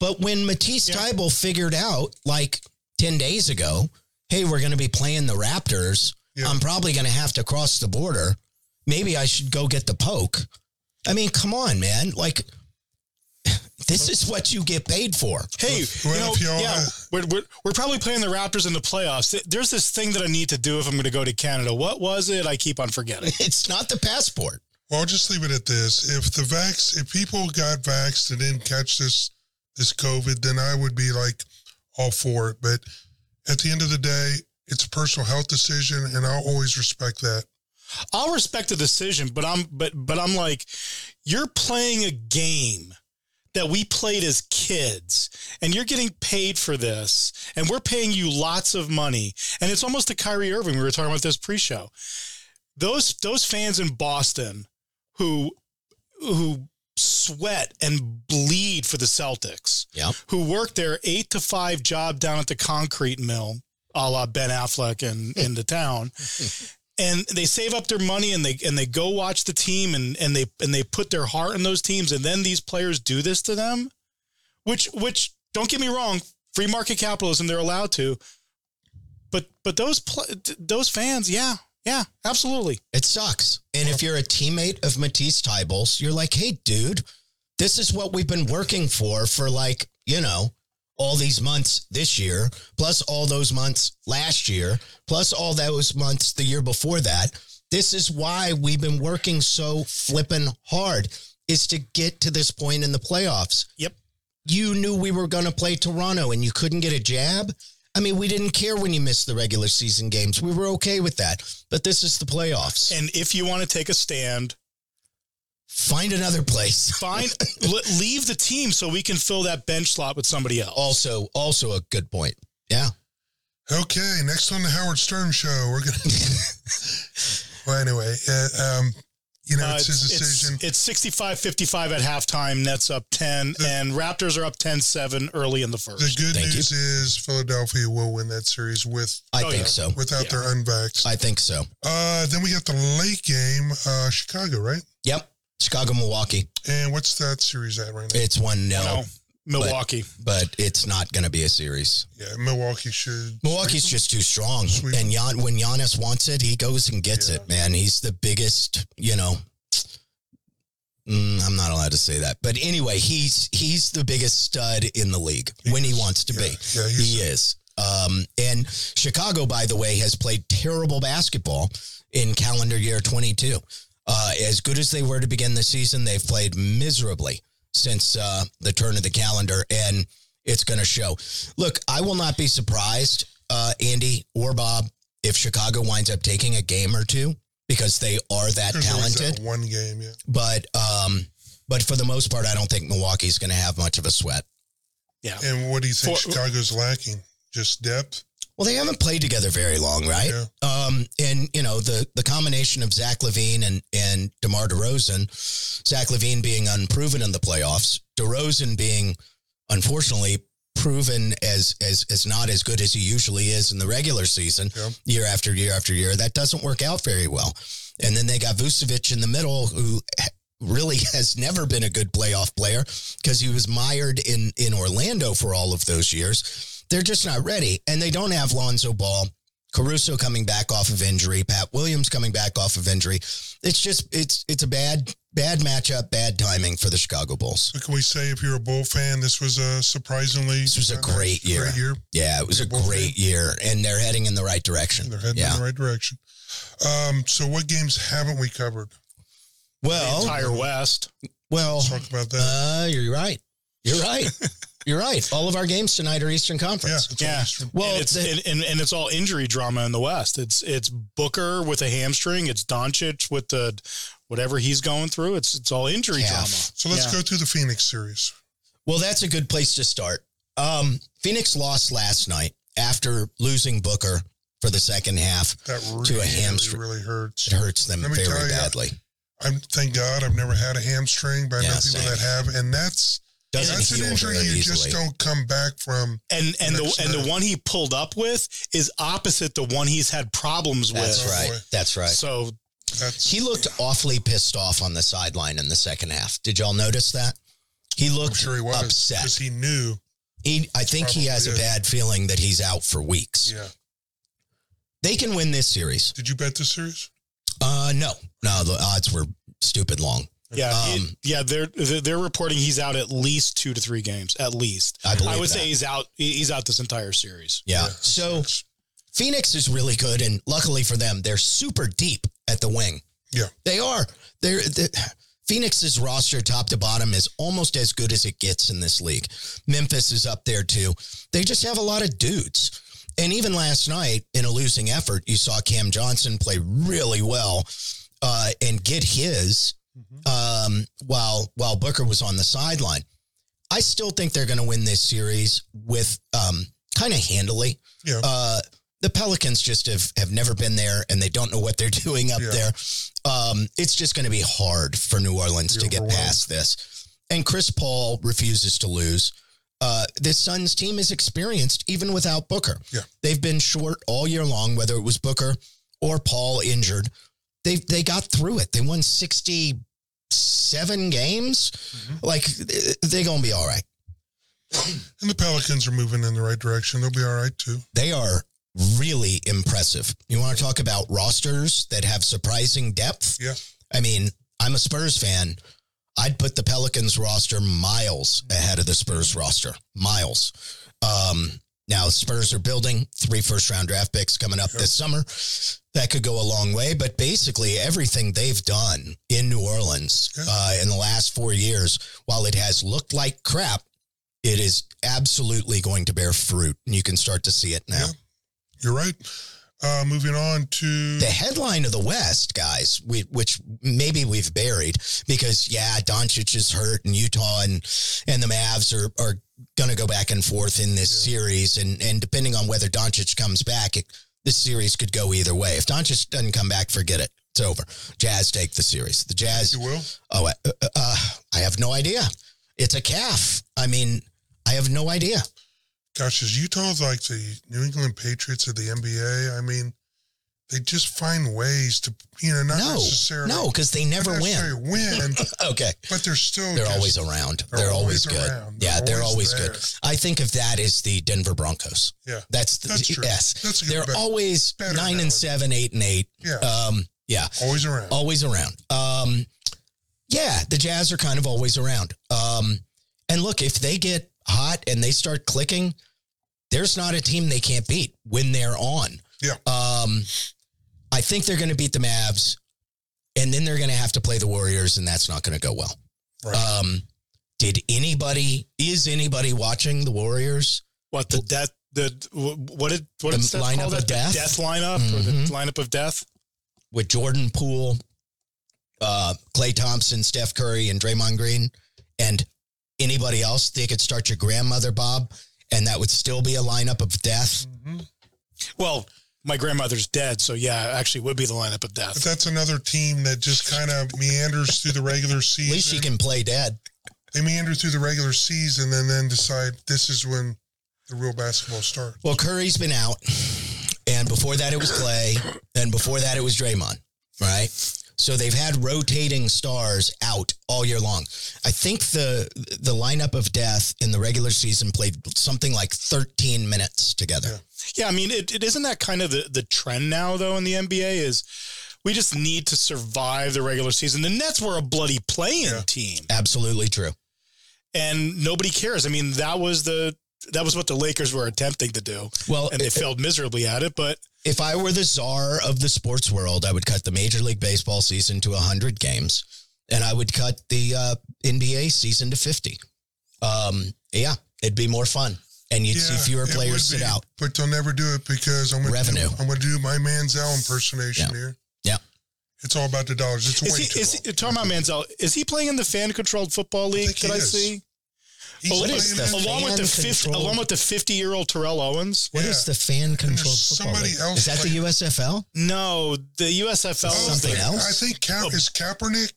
[SPEAKER 3] But when Matisse
[SPEAKER 4] Yeah.
[SPEAKER 3] Tybel figured out, like 10 days ago, hey, we're going to be playing the Raptors,
[SPEAKER 2] Yeah.
[SPEAKER 3] I'm probably going to have to cross the border. Maybe I should go get the poke. I mean, come on, man. Like, this is what you get paid for.
[SPEAKER 4] Hey,
[SPEAKER 2] Well,
[SPEAKER 4] you know,
[SPEAKER 2] if y'all-
[SPEAKER 4] yeah, we're, we're, we're probably playing the Raptors in the playoffs. Th- There's this thing that I need to do if I'm going to go to Canada. What was it? I keep on forgetting.
[SPEAKER 3] It's not the passport.
[SPEAKER 2] Well, I'll just leave it at this. If the vax, if people got vaxxed and didn't catch this this COVID, then I would be like all for it. But at the end of the day, it's a personal health decision, and I'll always respect that.
[SPEAKER 4] I'll respect the decision, but I'm but but I'm like, you're playing a game that we played as kids, and you're getting paid for this, and we're paying you lots of money, and it's almost the Kyrie Irving we were talking about this pre-show. Those those fans in Boston who who sweat and bleed for the Celtics,
[SPEAKER 3] Yeah.
[SPEAKER 4] who work their eight to five job down at the concrete mill, a la Ben Affleck and in the town and they save up their money and they and they go watch the team and and they and they put their heart in those teams and then these players do this to them which which don't get me wrong free market capitalism they're allowed to but but those pl- those fans yeah yeah absolutely
[SPEAKER 3] It sucks. And if you're a teammate of Matisse Tybals, you're like, hey, dude, this is what we've been working for for like, you know, all these months this year, plus all those months last year, plus all those months the year before that. This is why we've been working so flippin' hard is to get to this point in the playoffs.
[SPEAKER 4] Yep.
[SPEAKER 3] You knew we were going to play Toronto and you couldn't get a jab. I mean, we didn't care when you missed the regular season games. We were okay with that. But this is the playoffs
[SPEAKER 4] and if you want to take a stand
[SPEAKER 3] find another place.
[SPEAKER 4] fine le- leave the team so we can fill that bench slot with somebody else
[SPEAKER 3] Also, also a good point. Yeah.
[SPEAKER 2] Okay, next on the Howard Stern show, we're gonna. well, anyway, uh, um, you know,
[SPEAKER 4] Uh,
[SPEAKER 2] it's his decision.
[SPEAKER 4] It's, 65 55 at halftime. Nets up 10, and Raptors are up 10 7 early in the first.
[SPEAKER 2] the good
[SPEAKER 3] Thank you.
[SPEAKER 2] news is Philadelphia will win that series with
[SPEAKER 3] I
[SPEAKER 4] Oh,
[SPEAKER 3] think
[SPEAKER 4] yeah.
[SPEAKER 3] so.
[SPEAKER 2] without
[SPEAKER 4] Yeah.
[SPEAKER 2] their unvax.
[SPEAKER 3] I think so.
[SPEAKER 2] Uh, then we got the late game, uh, Chicago, right?
[SPEAKER 3] Yep. Chicago, Milwaukee.
[SPEAKER 2] And what's that series at right now?
[SPEAKER 3] It's one no,
[SPEAKER 4] No, Milwaukee.
[SPEAKER 3] but it's not going to be a series.
[SPEAKER 2] Yeah, Milwaukee should.
[SPEAKER 3] Milwaukee's just too strong.
[SPEAKER 2] Sweet.
[SPEAKER 3] And Jan, when Giannis wants it, he goes and gets
[SPEAKER 2] Yeah.
[SPEAKER 3] it, man. He's the biggest, you know. Mm, I'm not allowed to say that, but anyway, he's he's the biggest stud in the league when he wants to
[SPEAKER 2] yeah,
[SPEAKER 3] be.
[SPEAKER 2] Yeah, he's,
[SPEAKER 3] He is. Um, and Chicago, by the way, has played terrible basketball in calendar year 22. Uh, as good as they were to begin the season, they've played miserably since uh, the turn of the calendar, and it's going to show. Look, I will not be surprised, uh, Andy or Bob, if Chicago winds up taking a game or two because they are that
[SPEAKER 2] There's always
[SPEAKER 3] talented.
[SPEAKER 2] that one game, yeah.
[SPEAKER 3] But um, but for the most part, I don't think Milwaukee's going to have much of a sweat.
[SPEAKER 2] And what do you think
[SPEAKER 4] For-
[SPEAKER 2] Chicago's lacking? Just depth.
[SPEAKER 3] Well, they haven't played together very long, right?
[SPEAKER 2] Yeah.
[SPEAKER 3] Um, and you know the the combination of Zach Levine and and Demar Derozan, Zach Levine being unproven in the playoffs, Derozan being unfortunately proven as as as not as good as he usually is in the regular season,
[SPEAKER 2] Yeah.
[SPEAKER 3] year after year after year. That doesn't work out very well. And then they got Vucevic in the middle, who really has never been a good playoff player because he was mired in in Orlando for all of those years. They're just not ready, and they don't have Lonzo Ball. Caruso coming back off of injury, Pat Williams coming back off of injury. It's just it's it's a bad bad matchup, bad timing for the Chicago Bulls.
[SPEAKER 2] So can we say if you're a Bull fan, this was a surprisingly
[SPEAKER 3] This was a great year.
[SPEAKER 2] Great year.
[SPEAKER 3] Yeah, it was a great year, and they're heading in the right direction.
[SPEAKER 2] They're heading in
[SPEAKER 3] Yeah.
[SPEAKER 2] the right direction. Um, so what games haven't we covered?
[SPEAKER 3] Well,
[SPEAKER 4] Entire West.
[SPEAKER 3] well,
[SPEAKER 2] Let's talk about that.
[SPEAKER 3] uh, you're right. You're right. You're right. All of our games tonight are Eastern
[SPEAKER 2] yeah,
[SPEAKER 3] Conference.
[SPEAKER 2] it's
[SPEAKER 4] yeah.
[SPEAKER 2] all Eastern.
[SPEAKER 3] Well,
[SPEAKER 4] and it's
[SPEAKER 3] the-
[SPEAKER 4] and, and, and it's all injury drama in the West. It's it's Booker with a hamstring. It's Doncic with the whatever he's going through. It's it's all injury
[SPEAKER 3] Calf.
[SPEAKER 4] drama.
[SPEAKER 2] So let's
[SPEAKER 4] Yeah.
[SPEAKER 2] go through the Phoenix series.
[SPEAKER 3] Well, that's a good place to start. Um, Phoenix lost last night after losing Booker for the second half.
[SPEAKER 2] That really,
[SPEAKER 3] a hamstring.
[SPEAKER 2] really hurts.
[SPEAKER 3] It hurts them
[SPEAKER 2] Let me tell
[SPEAKER 3] very
[SPEAKER 2] you,
[SPEAKER 3] badly.
[SPEAKER 2] I'm thank God I've never had a hamstring, but I know
[SPEAKER 3] Yeah,
[SPEAKER 2] people
[SPEAKER 3] same.
[SPEAKER 2] that have, and that's
[SPEAKER 3] Doesn't
[SPEAKER 2] that's an
[SPEAKER 3] heal
[SPEAKER 2] injury
[SPEAKER 3] very
[SPEAKER 2] you just
[SPEAKER 3] easily.
[SPEAKER 2] don't come back from.
[SPEAKER 4] And and the
[SPEAKER 2] Next
[SPEAKER 4] and
[SPEAKER 2] night.
[SPEAKER 4] the one he pulled up with is opposite the one he's had problems
[SPEAKER 3] That's
[SPEAKER 4] with.
[SPEAKER 3] right. That's right.
[SPEAKER 4] So
[SPEAKER 2] That's
[SPEAKER 3] He looked awfully pissed off on the sideline in the second half. Did y'all notice that? He
[SPEAKER 2] I'm
[SPEAKER 3] looked
[SPEAKER 2] sure he was because
[SPEAKER 3] upset.
[SPEAKER 2] he knew.
[SPEAKER 3] He, I think he
[SPEAKER 2] Probably
[SPEAKER 3] has a
[SPEAKER 2] is.
[SPEAKER 3] bad feeling that he's out for weeks.
[SPEAKER 2] Yeah.
[SPEAKER 3] They can win this series.
[SPEAKER 2] Did you bet the series?
[SPEAKER 3] Uh, no, no, the odds were stupid long.
[SPEAKER 4] yeah,
[SPEAKER 3] Um,
[SPEAKER 4] it- yeah. They're they're they're reporting he's out at least two to three games. At least
[SPEAKER 3] I believe.
[SPEAKER 4] I would
[SPEAKER 3] that.
[SPEAKER 4] say he's out. he- He's out this entire series.
[SPEAKER 3] yeah. So Phoenix is really good, and luckily for them, they're super deep at the wing.
[SPEAKER 2] Yeah.
[SPEAKER 3] they are. They're, they Phoenix's roster, top to bottom, is almost as good as it gets in this league. Memphis is up there too. They just have a lot of dudes. And even last night, in a losing effort, you saw Cam Johnson play really well uh, and get his um, while while Booker was on the sideline. I still think they're going to win this series with um, kind of handily.
[SPEAKER 2] Yeah.
[SPEAKER 3] Uh, the Pelicans just have, have never been there and they don't know what they're doing up
[SPEAKER 2] Yeah.
[SPEAKER 3] there. Um, it's just going to be hard for New Orleans to
[SPEAKER 2] Be
[SPEAKER 3] get
[SPEAKER 2] overwhelmed.
[SPEAKER 3] past this. And Chris Paul refuses to lose. Uh, this Suns team is experienced even without Booker.
[SPEAKER 2] Yeah.
[SPEAKER 3] They've been short all year long, whether it was Booker or Paul injured. They they got through it. They won 67 games.
[SPEAKER 2] Mm-hmm.
[SPEAKER 3] Like th- they going to be all right.
[SPEAKER 2] And the Pelicans are moving in the right direction. They'll be all right too.
[SPEAKER 3] They are really impressive. You want to talk about rosters that have surprising depth?
[SPEAKER 2] Yeah.
[SPEAKER 3] I mean, I'm a Spurs fan. I'd put the Pelicans roster miles ahead of the Spurs roster. Miles. Um, now Spurs are building three first round draft picks coming up this summer. That could go a long way, but basically everything they've done in New Orleans
[SPEAKER 2] Yeah.
[SPEAKER 3] uh, in the last four years, while it has looked like crap, it is absolutely going to bear fruit, and you can start to see it now.
[SPEAKER 2] You're right. Uh, moving on to
[SPEAKER 3] The headline of the West, guys, we, which maybe we've buried because yeah, Doncic is hurt, and Utah and and the Mavs are are going to go back and forth in this series, and and depending on whether Doncic comes back, it, this series could go either way. If Doncic doesn't come back, forget it. It's over. Jazz take the series. The Jazz
[SPEAKER 2] you will.
[SPEAKER 3] Oh, uh, uh, I have no idea. It's a calf. I mean, I have no idea.
[SPEAKER 2] Gosh, is Utah like the New England Patriots of the NBA? I mean, they just find ways to you know not
[SPEAKER 3] no,
[SPEAKER 2] necessarily
[SPEAKER 3] no, because they never
[SPEAKER 2] not
[SPEAKER 3] win.
[SPEAKER 2] necessarily win,
[SPEAKER 3] Okay,
[SPEAKER 2] but they're still
[SPEAKER 3] they're
[SPEAKER 2] just-
[SPEAKER 3] always around.
[SPEAKER 2] they're
[SPEAKER 3] They're, always,
[SPEAKER 2] always
[SPEAKER 3] good.
[SPEAKER 2] around.
[SPEAKER 3] yeah,
[SPEAKER 2] They're
[SPEAKER 3] they're
[SPEAKER 2] always
[SPEAKER 3] always,
[SPEAKER 2] there.
[SPEAKER 3] good. I think of that as the Denver Broncos.
[SPEAKER 2] Yeah.
[SPEAKER 3] that's the,
[SPEAKER 2] That's true.
[SPEAKER 3] yes.
[SPEAKER 2] That's a good
[SPEAKER 3] they're
[SPEAKER 2] bet.
[SPEAKER 3] always
[SPEAKER 2] Better
[SPEAKER 3] nine
[SPEAKER 2] analogy.
[SPEAKER 3] and seven, eight and eight.
[SPEAKER 2] yeah
[SPEAKER 3] Um, yeah,
[SPEAKER 2] always around.
[SPEAKER 3] always around. Um, yeah, the Jazz are kind of always around. Um, and look, if they get hot and they start clicking, there's not a team they can't beat when they're on.
[SPEAKER 2] Yeah.
[SPEAKER 3] Um, I think they're going to beat the Mavs, and then they're going to have to play the Warriors, and that's not going to go well.
[SPEAKER 2] Right.
[SPEAKER 3] uh, Um, did anybody is anybody watching the Warriors?
[SPEAKER 4] What the death the wh- what did what
[SPEAKER 3] The
[SPEAKER 4] is that
[SPEAKER 3] lineup
[SPEAKER 4] called?
[SPEAKER 3] of
[SPEAKER 4] That- the
[SPEAKER 3] death?
[SPEAKER 4] death lineup or the
[SPEAKER 3] Mhm.
[SPEAKER 4] lineup of death.
[SPEAKER 3] with Jordan Poole, uh, Clay Thompson, Steph Curry, and Draymond Green, and anybody else, they could start your grandmother, Bob, and that would still be a lineup of death.
[SPEAKER 2] Mm-hmm.
[SPEAKER 4] Well, my grandmother's dead, so yeah, actually would be the lineup of
[SPEAKER 2] But
[SPEAKER 4] death.
[SPEAKER 2] that's another team that just kind of meanders through the regular
[SPEAKER 3] At least
[SPEAKER 2] season.
[SPEAKER 3] you can play dead.
[SPEAKER 2] they meander through the regular season and then decide this is when the real basketball starts.
[SPEAKER 3] Well, Curry's been out, and before that it was Clay, and before that it was Draymond, right? So they've had rotating stars out all year long. I think the the lineup of death in the regular season played something like 13 minutes together.
[SPEAKER 2] Yeah.
[SPEAKER 4] Yeah, I mean, it, it isn't that kind of the, the trend now though in the NBA is we just need to survive the regular season. The Nets were a bloody playing
[SPEAKER 2] Yeah.
[SPEAKER 4] team,
[SPEAKER 3] Absolutely true.
[SPEAKER 4] and nobody cares. I mean, that was the that was what the Lakers were attempting to do,
[SPEAKER 3] Well,
[SPEAKER 4] and they failed miserably at it. But
[SPEAKER 3] if I were the czar of the sports world, I would cut the Major League Baseball season to 100 games and I would cut the uh, NBA season to 50. Um, yeah, it'd be more fun. And you'd see
[SPEAKER 2] Yeah,
[SPEAKER 3] fewer
[SPEAKER 2] it would
[SPEAKER 3] players sit
[SPEAKER 2] be,
[SPEAKER 3] out.
[SPEAKER 2] But they'll never do it because I'm going
[SPEAKER 3] Revenue.
[SPEAKER 2] to I'm going to do my Manziel impersonation
[SPEAKER 3] Yeah.
[SPEAKER 2] here.
[SPEAKER 3] Yeah.
[SPEAKER 2] It's all about the dollars. It's
[SPEAKER 4] is
[SPEAKER 2] way
[SPEAKER 4] he,
[SPEAKER 2] too
[SPEAKER 4] is
[SPEAKER 2] long.
[SPEAKER 4] he, talking about Manziel? Is he playing in the fan controlled football league?
[SPEAKER 2] think
[SPEAKER 4] Did
[SPEAKER 2] he
[SPEAKER 4] I
[SPEAKER 2] is.
[SPEAKER 4] see?
[SPEAKER 2] He's
[SPEAKER 4] Along-
[SPEAKER 3] is
[SPEAKER 2] playing
[SPEAKER 3] the
[SPEAKER 2] in-
[SPEAKER 3] f-
[SPEAKER 4] oh, along with the fifty,
[SPEAKER 3] fan-controlled-
[SPEAKER 4] along with the fifty-year-old Terrell Owens.
[SPEAKER 3] What is
[SPEAKER 2] Yeah.
[SPEAKER 3] the fan controlled football?
[SPEAKER 2] somebody
[SPEAKER 3] league?
[SPEAKER 2] else
[SPEAKER 3] Is that the
[SPEAKER 2] playing-
[SPEAKER 3] USFL?
[SPEAKER 4] No, the USFL.
[SPEAKER 2] Oh,
[SPEAKER 3] something
[SPEAKER 2] I think-
[SPEAKER 3] else?
[SPEAKER 2] I think
[SPEAKER 4] Oh.
[SPEAKER 2] Ka- is Kaepernick.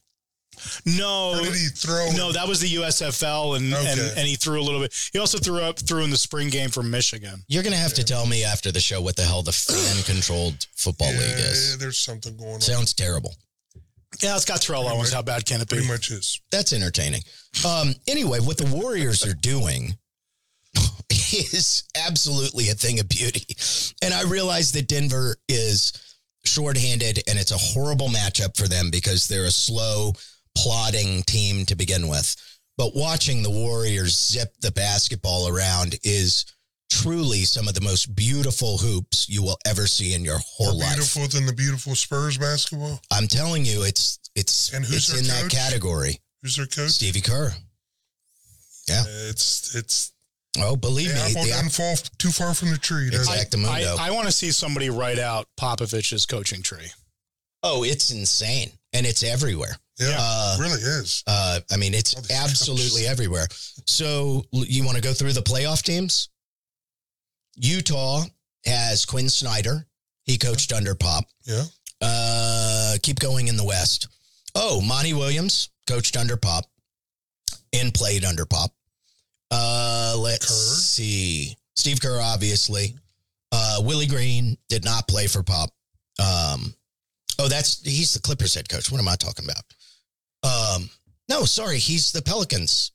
[SPEAKER 2] Or
[SPEAKER 4] No,
[SPEAKER 2] did he throw?
[SPEAKER 4] Oh, no, that was the USFL, and, and
[SPEAKER 2] Okay.
[SPEAKER 4] and he threw a little bit. He also threw up threw in the spring game for Michigan.
[SPEAKER 3] You're going to have to tell me after the show what the hell the fan controlled football
[SPEAKER 2] yeah,
[SPEAKER 3] league is.
[SPEAKER 2] there's something going on.
[SPEAKER 3] Sounds terrible.
[SPEAKER 4] Yeah, it's got Terrell Owens. How bad can it be?
[SPEAKER 2] Pretty much is.
[SPEAKER 3] that's entertaining. Um, anyway, what the Warriors are doing is absolutely a thing of beauty. And I realize that Denver is shorthanded and it's a horrible matchup for them because they're a slow, plodding team to begin with. But watching the Warriors zip the basketball around is truly some of the most beautiful hoops you will ever see in your
[SPEAKER 2] More
[SPEAKER 3] whole life.
[SPEAKER 2] beautiful than the beautiful Spurs basketball.
[SPEAKER 3] I'm telling you, it's it's
[SPEAKER 2] And who's
[SPEAKER 3] it's
[SPEAKER 2] their
[SPEAKER 3] in that
[SPEAKER 2] coach?
[SPEAKER 3] category.
[SPEAKER 2] Who's their coach?
[SPEAKER 3] Stevie Kerr.
[SPEAKER 2] Uh, it's it's.
[SPEAKER 3] Oh, believe
[SPEAKER 2] The
[SPEAKER 3] me,
[SPEAKER 2] apple
[SPEAKER 3] the
[SPEAKER 2] doesn't fall f- too far from the tree. does it?
[SPEAKER 3] Exactamundo.
[SPEAKER 4] I, I want to see somebody write out Popovich's coaching tree.
[SPEAKER 3] oh, it's insane, and it's everywhere.
[SPEAKER 2] Yeah,
[SPEAKER 3] Uh,
[SPEAKER 2] it really is.
[SPEAKER 3] uh, I mean, it's
[SPEAKER 2] All these
[SPEAKER 3] absolutely
[SPEAKER 2] coaches.
[SPEAKER 3] everywhere. So l- you want to go through the playoff teams? Utah has Quinn Snyder. He coached under Pop.
[SPEAKER 2] Yeah.
[SPEAKER 3] Uh, keep going in the West. Oh, Monty Williams coached under Pop and played under Pop. Uh, let's
[SPEAKER 2] Kerr.
[SPEAKER 3] see. Steve Kerr, obviously. Uh, Willie Green did not play for Pop. Um, oh, that's he's the Clippers head coach. What am I talking about? Um, no, sorry, he's the Pelicans.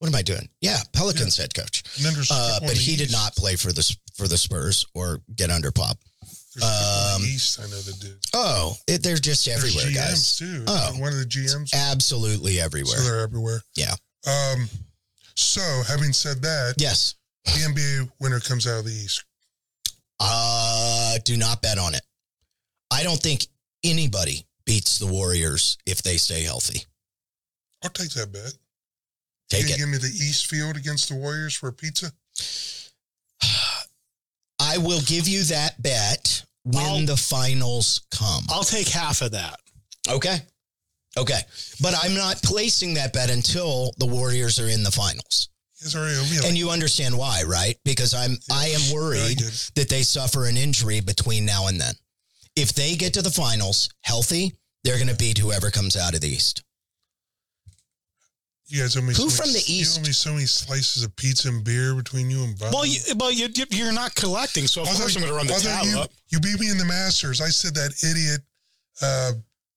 [SPEAKER 3] What am I doing? Yeah, Pelicans head coach.
[SPEAKER 2] And then there's
[SPEAKER 3] Uh,
[SPEAKER 2] people in
[SPEAKER 3] but
[SPEAKER 2] the
[SPEAKER 3] he did
[SPEAKER 2] East.
[SPEAKER 3] not play for the for the Spurs or get under Pop.
[SPEAKER 2] There's people in
[SPEAKER 3] um,
[SPEAKER 2] the East, I know that did.
[SPEAKER 3] Oh, it, they're just
[SPEAKER 2] There's
[SPEAKER 3] everywhere,
[SPEAKER 2] GMs
[SPEAKER 3] guys.
[SPEAKER 2] Too.
[SPEAKER 3] Oh.
[SPEAKER 2] One of the GMs.
[SPEAKER 3] Absolutely
[SPEAKER 2] So
[SPEAKER 3] everywhere.
[SPEAKER 2] they're everywhere.
[SPEAKER 3] Yeah.
[SPEAKER 2] Um. So having said that,
[SPEAKER 3] yes.
[SPEAKER 2] the NBA winner comes out of the East.
[SPEAKER 3] Uh, do not bet on it. I don't think anybody beats the Warriors if they stay healthy.
[SPEAKER 2] I'll take that bet.
[SPEAKER 3] Take
[SPEAKER 2] you
[SPEAKER 3] it.
[SPEAKER 2] Give me the East field against the Warriors for a pizza.
[SPEAKER 3] I will give you that bet when
[SPEAKER 4] I'll-
[SPEAKER 3] the finals come.
[SPEAKER 4] I'll take half of that.
[SPEAKER 2] Uh-huh.
[SPEAKER 3] Okay. Okay. But I'm not placing that bet until the Warriors are in the finals.
[SPEAKER 2] It's already over.
[SPEAKER 3] And you understand why, right? Because I'm I am
[SPEAKER 2] Yeah, I
[SPEAKER 3] worried
[SPEAKER 2] did.
[SPEAKER 3] that they suffer an injury between now and then. If they get to the finals healthy, they're going to beat whoever comes out of the East.
[SPEAKER 2] You guys owe me.
[SPEAKER 3] Who
[SPEAKER 2] so
[SPEAKER 3] from
[SPEAKER 2] many,
[SPEAKER 3] the
[SPEAKER 2] You
[SPEAKER 3] East?
[SPEAKER 2] owe me so many slices of pizza and beer between you and Bob.
[SPEAKER 4] Well, you, well, you, you- you're not collecting, so of
[SPEAKER 2] Although-
[SPEAKER 4] course I'm going to run the
[SPEAKER 2] although
[SPEAKER 4] tab
[SPEAKER 2] you,
[SPEAKER 4] up.
[SPEAKER 2] You beat me in the Masters. I said that idiot uh,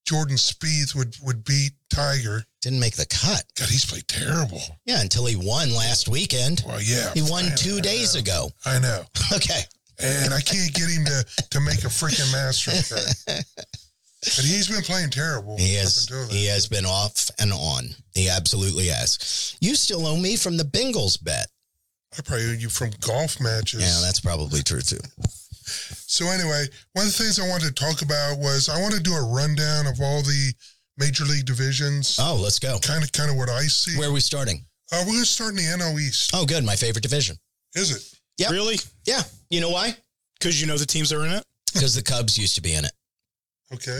[SPEAKER 2] Jordan Spieth would would beat Tiger.
[SPEAKER 3] Didn't make the cut.
[SPEAKER 2] God, he's played terrible.
[SPEAKER 3] Yeah, until he won last weekend.
[SPEAKER 2] Well, yeah,
[SPEAKER 3] He won
[SPEAKER 2] man,
[SPEAKER 3] two
[SPEAKER 2] I
[SPEAKER 3] days
[SPEAKER 2] know.
[SPEAKER 3] ago.
[SPEAKER 2] I know,
[SPEAKER 3] Okay.
[SPEAKER 2] and I can't get him to to make a freaking Masters cut. But he's been playing terrible.
[SPEAKER 3] He
[SPEAKER 2] up
[SPEAKER 3] has
[SPEAKER 2] until then.
[SPEAKER 3] he has been off and on. He absolutely has. You still owe me from the Bengals bet.
[SPEAKER 2] I probably owe you from golf matches.
[SPEAKER 3] Yeah, that's probably true too.
[SPEAKER 2] So anyway, one of the things I wanted to talk about was I want to do a rundown of all the major league divisions.
[SPEAKER 3] Oh, let's go.
[SPEAKER 2] Kind of, kind of what I see.
[SPEAKER 3] Where are we starting?
[SPEAKER 2] Uh, we're going to start in the NL East.
[SPEAKER 3] Oh, good. My favorite division.
[SPEAKER 2] Is it?
[SPEAKER 3] Yep.
[SPEAKER 4] Really?
[SPEAKER 3] Yeah. You know why?
[SPEAKER 4] Because you know the teams that are in it.
[SPEAKER 3] Because the Cubs used to be in it,
[SPEAKER 2] Okay.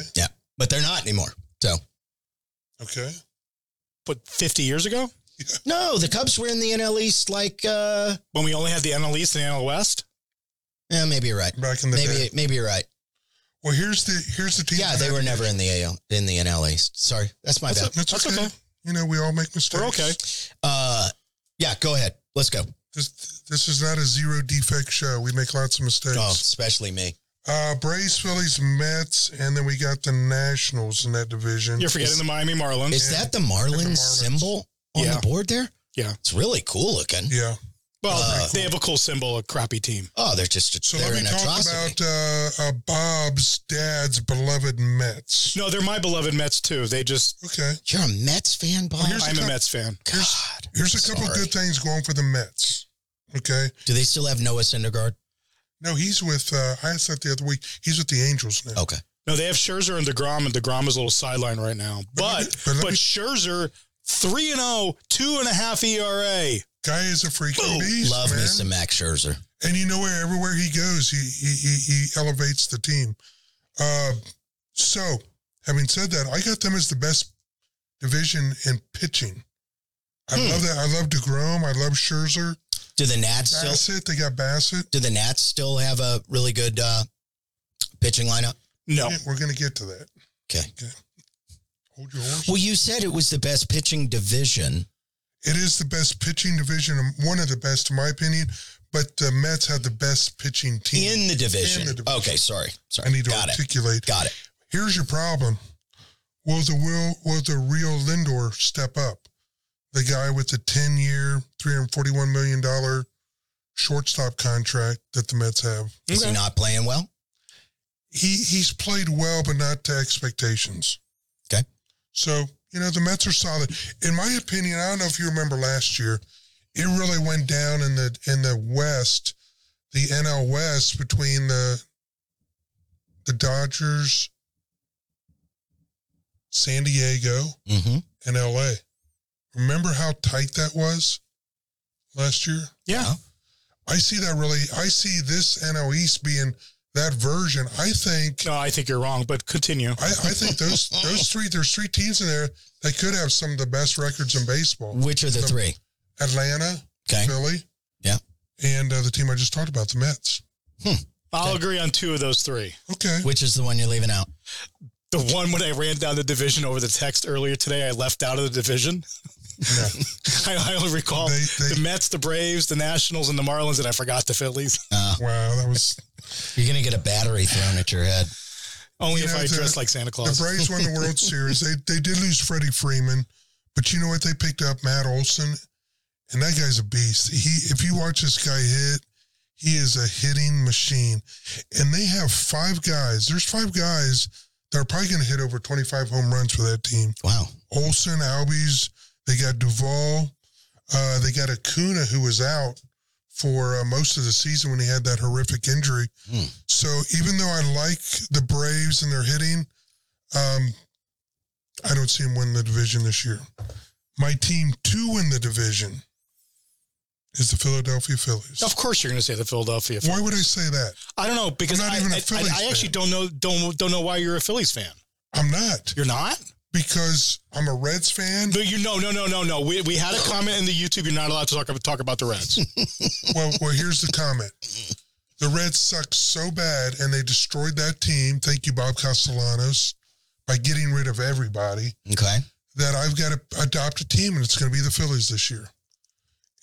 [SPEAKER 3] but they're not anymore. So
[SPEAKER 2] Okay.
[SPEAKER 4] But 50 years ago,
[SPEAKER 3] no, the Cubs were in the NL East like uh
[SPEAKER 4] when we only had the NL East and the NL West,
[SPEAKER 3] yeah, maybe you're right.
[SPEAKER 2] Back in the day.
[SPEAKER 3] Maybe maybe you're right.
[SPEAKER 2] Well, here's the here's the team.
[SPEAKER 3] Yeah, they were never in the AL in the NL East. Sorry. That's my
[SPEAKER 4] That's
[SPEAKER 3] bad.
[SPEAKER 4] a-
[SPEAKER 2] That's, okay. You know, we all make mistakes.
[SPEAKER 4] we're okay.
[SPEAKER 3] Uh yeah, go ahead. Let's go.
[SPEAKER 2] This this is not a zero defect show. We make lots of mistakes.
[SPEAKER 3] Oh, especially me.
[SPEAKER 2] Uh, Braves, Phillies, Mets, and then we got the Nationals in that division.
[SPEAKER 4] You're forgetting the Miami Marlins.
[SPEAKER 3] Is
[SPEAKER 2] Yeah.
[SPEAKER 3] that the Marlins,
[SPEAKER 2] Marlins.
[SPEAKER 3] symbol on
[SPEAKER 4] Yeah.
[SPEAKER 3] the board there?
[SPEAKER 4] Yeah.
[SPEAKER 3] It's really cool looking.
[SPEAKER 2] Yeah.
[SPEAKER 4] well,
[SPEAKER 3] Uh,
[SPEAKER 4] they have a cool symbol, a crappy team.
[SPEAKER 3] Oh, they're just
[SPEAKER 2] So
[SPEAKER 3] they're
[SPEAKER 2] let
[SPEAKER 3] an
[SPEAKER 2] me talk
[SPEAKER 3] atrocity.
[SPEAKER 2] about uh, uh, Bob's dad's beloved Mets.
[SPEAKER 4] No, they're my beloved Mets too. They just,
[SPEAKER 2] Okay.
[SPEAKER 3] You're a Mets fan, Bob.
[SPEAKER 2] Oh, here's-
[SPEAKER 4] I'm
[SPEAKER 2] a
[SPEAKER 4] a
[SPEAKER 2] cou-
[SPEAKER 4] Mets fan.
[SPEAKER 3] God.
[SPEAKER 2] Here's a couple
[SPEAKER 3] Sorry.
[SPEAKER 2] good things going for the Mets. Okay.
[SPEAKER 3] Do they still have Noah Syndergaard?
[SPEAKER 2] No, he's with, uh, I asked that the other week. He's with the Angels now.
[SPEAKER 3] Okay.
[SPEAKER 4] No, they have Scherzer and Degrom, and Degrom is a little sideline right now.
[SPEAKER 2] let
[SPEAKER 4] But
[SPEAKER 2] me- but
[SPEAKER 4] but,
[SPEAKER 2] let me-
[SPEAKER 4] Scherzer, three and oh, two and a half ERA.
[SPEAKER 2] Guy is a freaking
[SPEAKER 4] Boom.
[SPEAKER 2] beast.
[SPEAKER 3] Love
[SPEAKER 2] man.
[SPEAKER 3] me some Max Scherzer.
[SPEAKER 2] And you know where everywhere he goes, he he he, he elevates the team. Uh, so, having said that, I got them as the best division in pitching. I
[SPEAKER 3] Hmm.
[SPEAKER 2] love that. I love Degrom. I love Scherzer.
[SPEAKER 3] Do the Nats still
[SPEAKER 2] Bassett. They got Bassett.
[SPEAKER 3] do the Nats still have a really good uh, pitching lineup?
[SPEAKER 4] No,
[SPEAKER 2] Yeah, We're going to get to that.
[SPEAKER 3] Okay.
[SPEAKER 2] Hold your horse.
[SPEAKER 3] Well, you said it was the best pitching division.
[SPEAKER 2] It is the best pitching division, one of the best in my opinion. But the Mets have the best pitching team.
[SPEAKER 3] In the division.
[SPEAKER 2] In the division.
[SPEAKER 3] Okay, sorry. Sorry.
[SPEAKER 2] I need to
[SPEAKER 3] Got it.
[SPEAKER 2] articulate.
[SPEAKER 3] Got it.
[SPEAKER 2] Here's your problem. Will the will will the real Lindor step up? The guy with the ten year, three hundred forty one million dollar shortstop contract that the Mets have.
[SPEAKER 3] Is he
[SPEAKER 4] Okay.
[SPEAKER 3] not playing well?
[SPEAKER 2] He he's played well, but not to expectations.
[SPEAKER 3] Okay.
[SPEAKER 2] So you know the Mets are solid. In my opinion, I don't know if you remember last year, it really went down in the in the West, the NL West between the the Dodgers, San Diego,
[SPEAKER 3] Mm-hmm.
[SPEAKER 2] and LA. Remember how tight that was last year?
[SPEAKER 4] yeah,
[SPEAKER 2] I see that really. I see this NL East being that version. I think.
[SPEAKER 4] no, I think you're wrong. But continue.
[SPEAKER 2] I, I think those those three. There's three teams in there that could have some of the best records in baseball.
[SPEAKER 3] Which are the three?
[SPEAKER 2] Atlanta,
[SPEAKER 3] Okay.
[SPEAKER 2] Philly,
[SPEAKER 3] Yeah.
[SPEAKER 2] and uh, the team I just talked about, the Mets.
[SPEAKER 4] I'll
[SPEAKER 3] Okay.
[SPEAKER 4] agree on two of those three.
[SPEAKER 2] Okay.
[SPEAKER 3] Which is the one you're leaving out?
[SPEAKER 4] The one when I ran down the division over the text earlier today, I left out of the division.
[SPEAKER 2] No.
[SPEAKER 4] I, I only recall
[SPEAKER 2] They- they-
[SPEAKER 4] the Mets, the Braves, the Nationals, and the Marlins, and I forgot the Phillies.
[SPEAKER 3] Uh,
[SPEAKER 2] Wow, that was
[SPEAKER 3] you're going to get a battery thrown at your head.
[SPEAKER 4] Only
[SPEAKER 2] You
[SPEAKER 4] if
[SPEAKER 2] know,
[SPEAKER 4] I
[SPEAKER 2] the-
[SPEAKER 4] dress like Santa
[SPEAKER 2] the
[SPEAKER 4] Claus.
[SPEAKER 2] Braves won the World Series. They they did lose Freddie Freeman, but you know what? They picked up Matt Olson, and that guy's a beast. He if you watch this guy hit, he is a hitting machine. And they have five guys. There's five guys that are probably going to hit over 25 home runs for that team.
[SPEAKER 3] Wow.
[SPEAKER 2] Olson, Albies. They got Duvall. Uh, they got Acuna, who was out for uh, most of the season when he had that horrific injury.
[SPEAKER 3] Hmm.
[SPEAKER 2] So even though I like the Braves and their hitting, um, I don't see them win the division this year. My team to win the division is the Philadelphia Phillies.
[SPEAKER 4] of course, you're going to say the Philadelphia.
[SPEAKER 2] Why would I say that?
[SPEAKER 4] I don't know because
[SPEAKER 2] I'm not
[SPEAKER 4] I,
[SPEAKER 2] even a
[SPEAKER 4] I- I-
[SPEAKER 2] Phillies
[SPEAKER 4] I actually
[SPEAKER 2] fan.
[SPEAKER 4] don't know don't don't know why you're a Phillies fan.
[SPEAKER 2] I'm not
[SPEAKER 4] You're not?
[SPEAKER 2] because I'm a Reds fan.
[SPEAKER 4] No, you no no no no no. We, we had a comment in the YouTube. You're not allowed to talk talk about the Reds.
[SPEAKER 2] well, well, here's the comment. The Reds sucked so bad, and they destroyed that team. Thank you, Bob Castellanos, by getting rid of everybody.
[SPEAKER 3] Okay.
[SPEAKER 2] That I've got to adopt a team, and it's going to be the Phillies this year.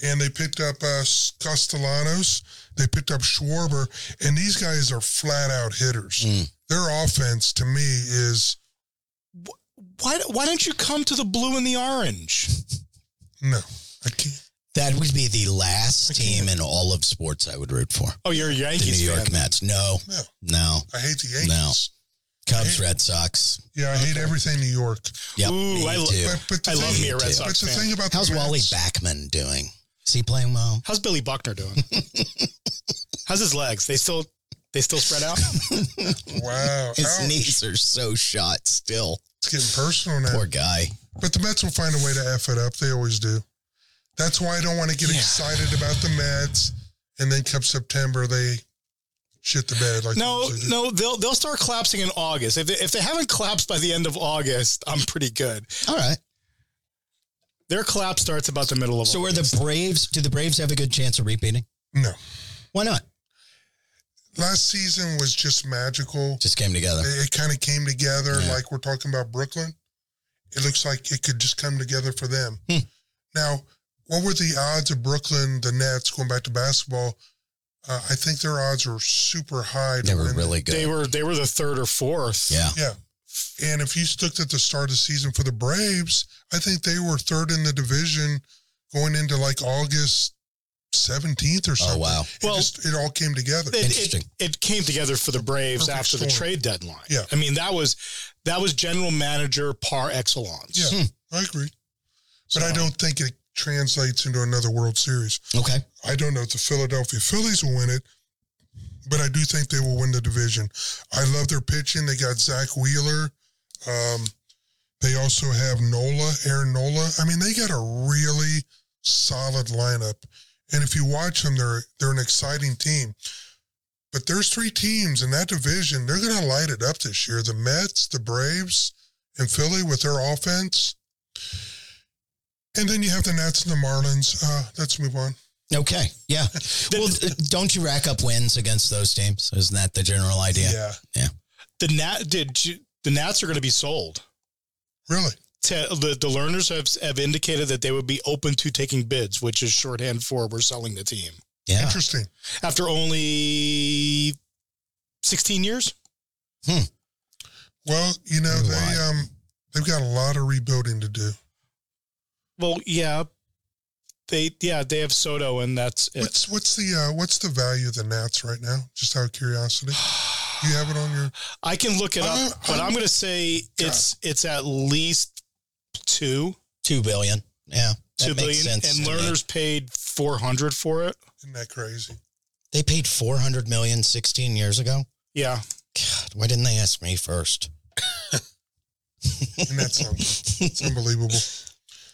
[SPEAKER 2] And they picked up uh, Castellanos. They picked up Schwarber, and these guys are flat out hitters.
[SPEAKER 3] Mm.
[SPEAKER 2] Their offense, to me, is
[SPEAKER 4] why why don't you come to the blue and the orange?
[SPEAKER 2] no. I can't.
[SPEAKER 3] That would be the last team in all of sports I would root for.
[SPEAKER 4] Oh, you're a
[SPEAKER 3] The
[SPEAKER 4] Yankees
[SPEAKER 3] New York
[SPEAKER 4] fan.
[SPEAKER 3] Mets. No,
[SPEAKER 2] No,
[SPEAKER 3] no.
[SPEAKER 2] I hate the Yankees.
[SPEAKER 3] Cubs, Red Sox.
[SPEAKER 2] Yeah, I hate everything New York.
[SPEAKER 3] Yep.
[SPEAKER 4] Ooh,
[SPEAKER 3] me
[SPEAKER 4] I lo-
[SPEAKER 3] too.
[SPEAKER 2] But, but the
[SPEAKER 4] I love
[SPEAKER 2] thing,
[SPEAKER 4] me a
[SPEAKER 3] too.
[SPEAKER 4] Red
[SPEAKER 2] But
[SPEAKER 4] Sox
[SPEAKER 2] the
[SPEAKER 4] fan.
[SPEAKER 2] thing about
[SPEAKER 3] How's
[SPEAKER 2] the
[SPEAKER 3] Wally
[SPEAKER 2] Reds-
[SPEAKER 3] Backman doing? Is he playing well?
[SPEAKER 4] How's Billy Buckner doing? How's his legs? They still they still spread out.
[SPEAKER 2] Wow,
[SPEAKER 3] His
[SPEAKER 2] ouch.
[SPEAKER 3] knees are so shot still.
[SPEAKER 2] It's getting personal now.
[SPEAKER 3] Poor guy.
[SPEAKER 2] But the Mets will find a way to F it up. They always do. That's why I don't want to get
[SPEAKER 4] Yeah.
[SPEAKER 2] excited about the Mets and then come September they shit the bed. Like
[SPEAKER 4] No,
[SPEAKER 2] so just-
[SPEAKER 4] no, they'll they'll start collapsing in August. If they, if they haven't collapsed by the end of August, I'm pretty good.
[SPEAKER 3] All right.
[SPEAKER 4] Their collapse starts about the middle of.
[SPEAKER 3] So are
[SPEAKER 4] August.
[SPEAKER 3] the Braves? Do the Braves have a good chance of repeating?
[SPEAKER 2] no.
[SPEAKER 3] Why not?
[SPEAKER 2] Last season was just magical.
[SPEAKER 3] Just came together.
[SPEAKER 2] It, it kind of came together
[SPEAKER 3] Yeah.
[SPEAKER 2] like we're talking about Brooklyn. It looks like it could just come together for them.
[SPEAKER 3] Hmm.
[SPEAKER 2] Now, what were the odds of Brooklyn, the Nets, going back to basketball? Uh, I think their odds were super high. to
[SPEAKER 3] They were
[SPEAKER 2] win.
[SPEAKER 3] really
[SPEAKER 4] they
[SPEAKER 3] good.
[SPEAKER 4] were they were the third or fourth.
[SPEAKER 3] Yeah.
[SPEAKER 2] Yeah. And if you looked at the start of the season for the Braves, I think they were third in the division going into like August 17th or
[SPEAKER 3] Oh
[SPEAKER 2] something.
[SPEAKER 3] wow.
[SPEAKER 2] It,
[SPEAKER 4] Well-
[SPEAKER 2] just, it all came together.
[SPEAKER 4] It,
[SPEAKER 3] Interesting.
[SPEAKER 4] It, it came together for the Braves
[SPEAKER 2] Perfect
[SPEAKER 4] after the
[SPEAKER 2] storm.
[SPEAKER 4] trade deadline.
[SPEAKER 2] Yeah.
[SPEAKER 4] I mean that was that was general manager par excellence.
[SPEAKER 2] Yeah. I agree. But I
[SPEAKER 4] So-
[SPEAKER 2] don't think it translates into another World Series.
[SPEAKER 3] Okay.
[SPEAKER 2] I don't know if the Philadelphia Phillies will win it, but I do think they will win the division. I love their pitching. They got Zach Wheeler. Um, they also have Nola, Aaron Nola. I mean, they got a really solid lineup. And if you watch them, they're they're an exciting team. But there's three teams in that division. They're going to light it up this year: the Mets, the Braves, and Philly with their offense. And then you have the Nats and the Marlins. Uh, let's move on.
[SPEAKER 3] Okay. Yeah. Well, don't you rack up wins against those teams? Isn't that the general idea?
[SPEAKER 2] yeah.
[SPEAKER 4] The Nat did you, the Nats are going to be sold.
[SPEAKER 2] Really?
[SPEAKER 4] Te- the, the learners have, have indicated that they would be open to taking bids, which is shorthand for we're selling the team
[SPEAKER 3] Yeah.
[SPEAKER 2] Interesting.
[SPEAKER 4] after only 16 years.
[SPEAKER 2] Well, you know,
[SPEAKER 3] Wonder
[SPEAKER 2] they
[SPEAKER 3] why.
[SPEAKER 2] um they've got a lot of rebuilding to do.
[SPEAKER 4] Well, yeah, they yeah they have Soto, and that's it.
[SPEAKER 2] What's what's the uh what's the value of the Nats right now? Just out of curiosity. You have it on your
[SPEAKER 4] I can look it
[SPEAKER 2] I'm-
[SPEAKER 4] up, but I'm going to say it's it's at least two
[SPEAKER 3] Two billion. Yeah. That
[SPEAKER 4] two
[SPEAKER 3] makes
[SPEAKER 4] billion,
[SPEAKER 3] sense
[SPEAKER 4] and
[SPEAKER 3] to me.
[SPEAKER 4] learners paid 400 for it.
[SPEAKER 2] isn't that crazy?
[SPEAKER 3] They paid 400 million 16 years ago.
[SPEAKER 4] Yeah,
[SPEAKER 3] God, why didn't they ask me first?
[SPEAKER 2] And that's something. it's unbelievable.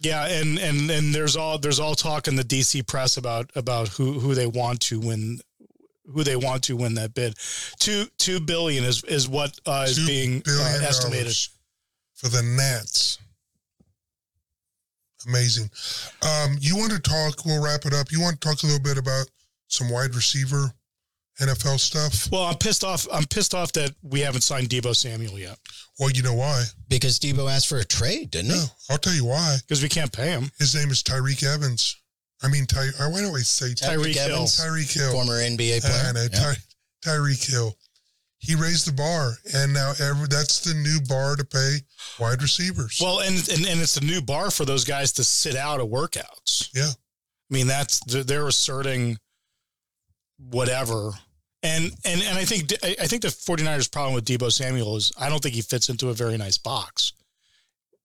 [SPEAKER 4] yeah, and and and there's all there's all talk in the DC press about about who who they want to win. Who they want to win that bid? Two two billion is is what uh, is
[SPEAKER 2] Two
[SPEAKER 4] being uh,
[SPEAKER 2] billion
[SPEAKER 4] estimated.
[SPEAKER 2] dollars for the Nats. Amazing. Um, you want to talk? We'll wrap it up. You want to talk a little bit about some wide receiver NFL stuff?
[SPEAKER 4] Well, I'm pissed off. I'm pissed off that we haven't signed Debo Samuel yet
[SPEAKER 2] Well, you know why?
[SPEAKER 3] Because Debo asked for a trade, didn't
[SPEAKER 2] No,
[SPEAKER 3] he?
[SPEAKER 2] I'll tell you why.
[SPEAKER 4] because we can't pay him.
[SPEAKER 2] His name is Tyreek Evans. I mean, Ty. uh, Why do I say Ty-
[SPEAKER 4] Tyreek Hill. Uh,
[SPEAKER 2] Tyreek Hill?
[SPEAKER 3] former NBA player.
[SPEAKER 2] I know,
[SPEAKER 3] Yeah.
[SPEAKER 2] Ty- Tyreek Hill. He raised the bar, and now every, that's the new bar to pay wide receivers.
[SPEAKER 4] Well, and, and and it's a new bar for those guys to sit out of workouts.
[SPEAKER 2] Yeah.
[SPEAKER 4] I mean that's they're- they're asserting whatever, and and and I think I I think the 49ers problem with Debo Samuel is I don't think he fits into a very nice box.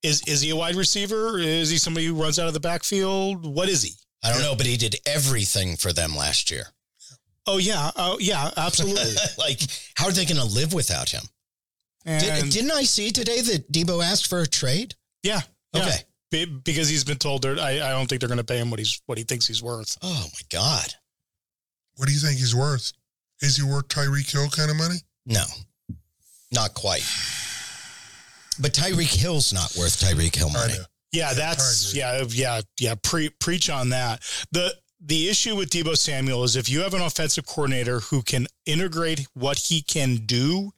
[SPEAKER 4] Is is he a wide receiver? Is he somebody who runs out of the backfield? What is he?
[SPEAKER 3] I don't know, but he did everything for them last year.
[SPEAKER 4] Oh yeah, oh yeah, absolutely.
[SPEAKER 3] like, how are they going to live without him? Did,
[SPEAKER 4] And-
[SPEAKER 3] didn't I see today that Debo asked for a trade?
[SPEAKER 4] yeah, yeah.
[SPEAKER 3] Okay.
[SPEAKER 4] Be- because he's been told they're, I, I don't think they're going to pay him what he's what he thinks he's worth.
[SPEAKER 3] Oh my God.
[SPEAKER 2] what do you think he's worth? Is he worth Tyreek Hill kind of money?
[SPEAKER 3] No, not quite. But Tyreek Hill's not worth Tyreek Hill money.
[SPEAKER 2] I know.
[SPEAKER 4] Yeah, that's yeah, yeah, yeah. Pre- preach on that. the The issue with Debo Samuel is if you have an offensive coordinator who can integrate what he can do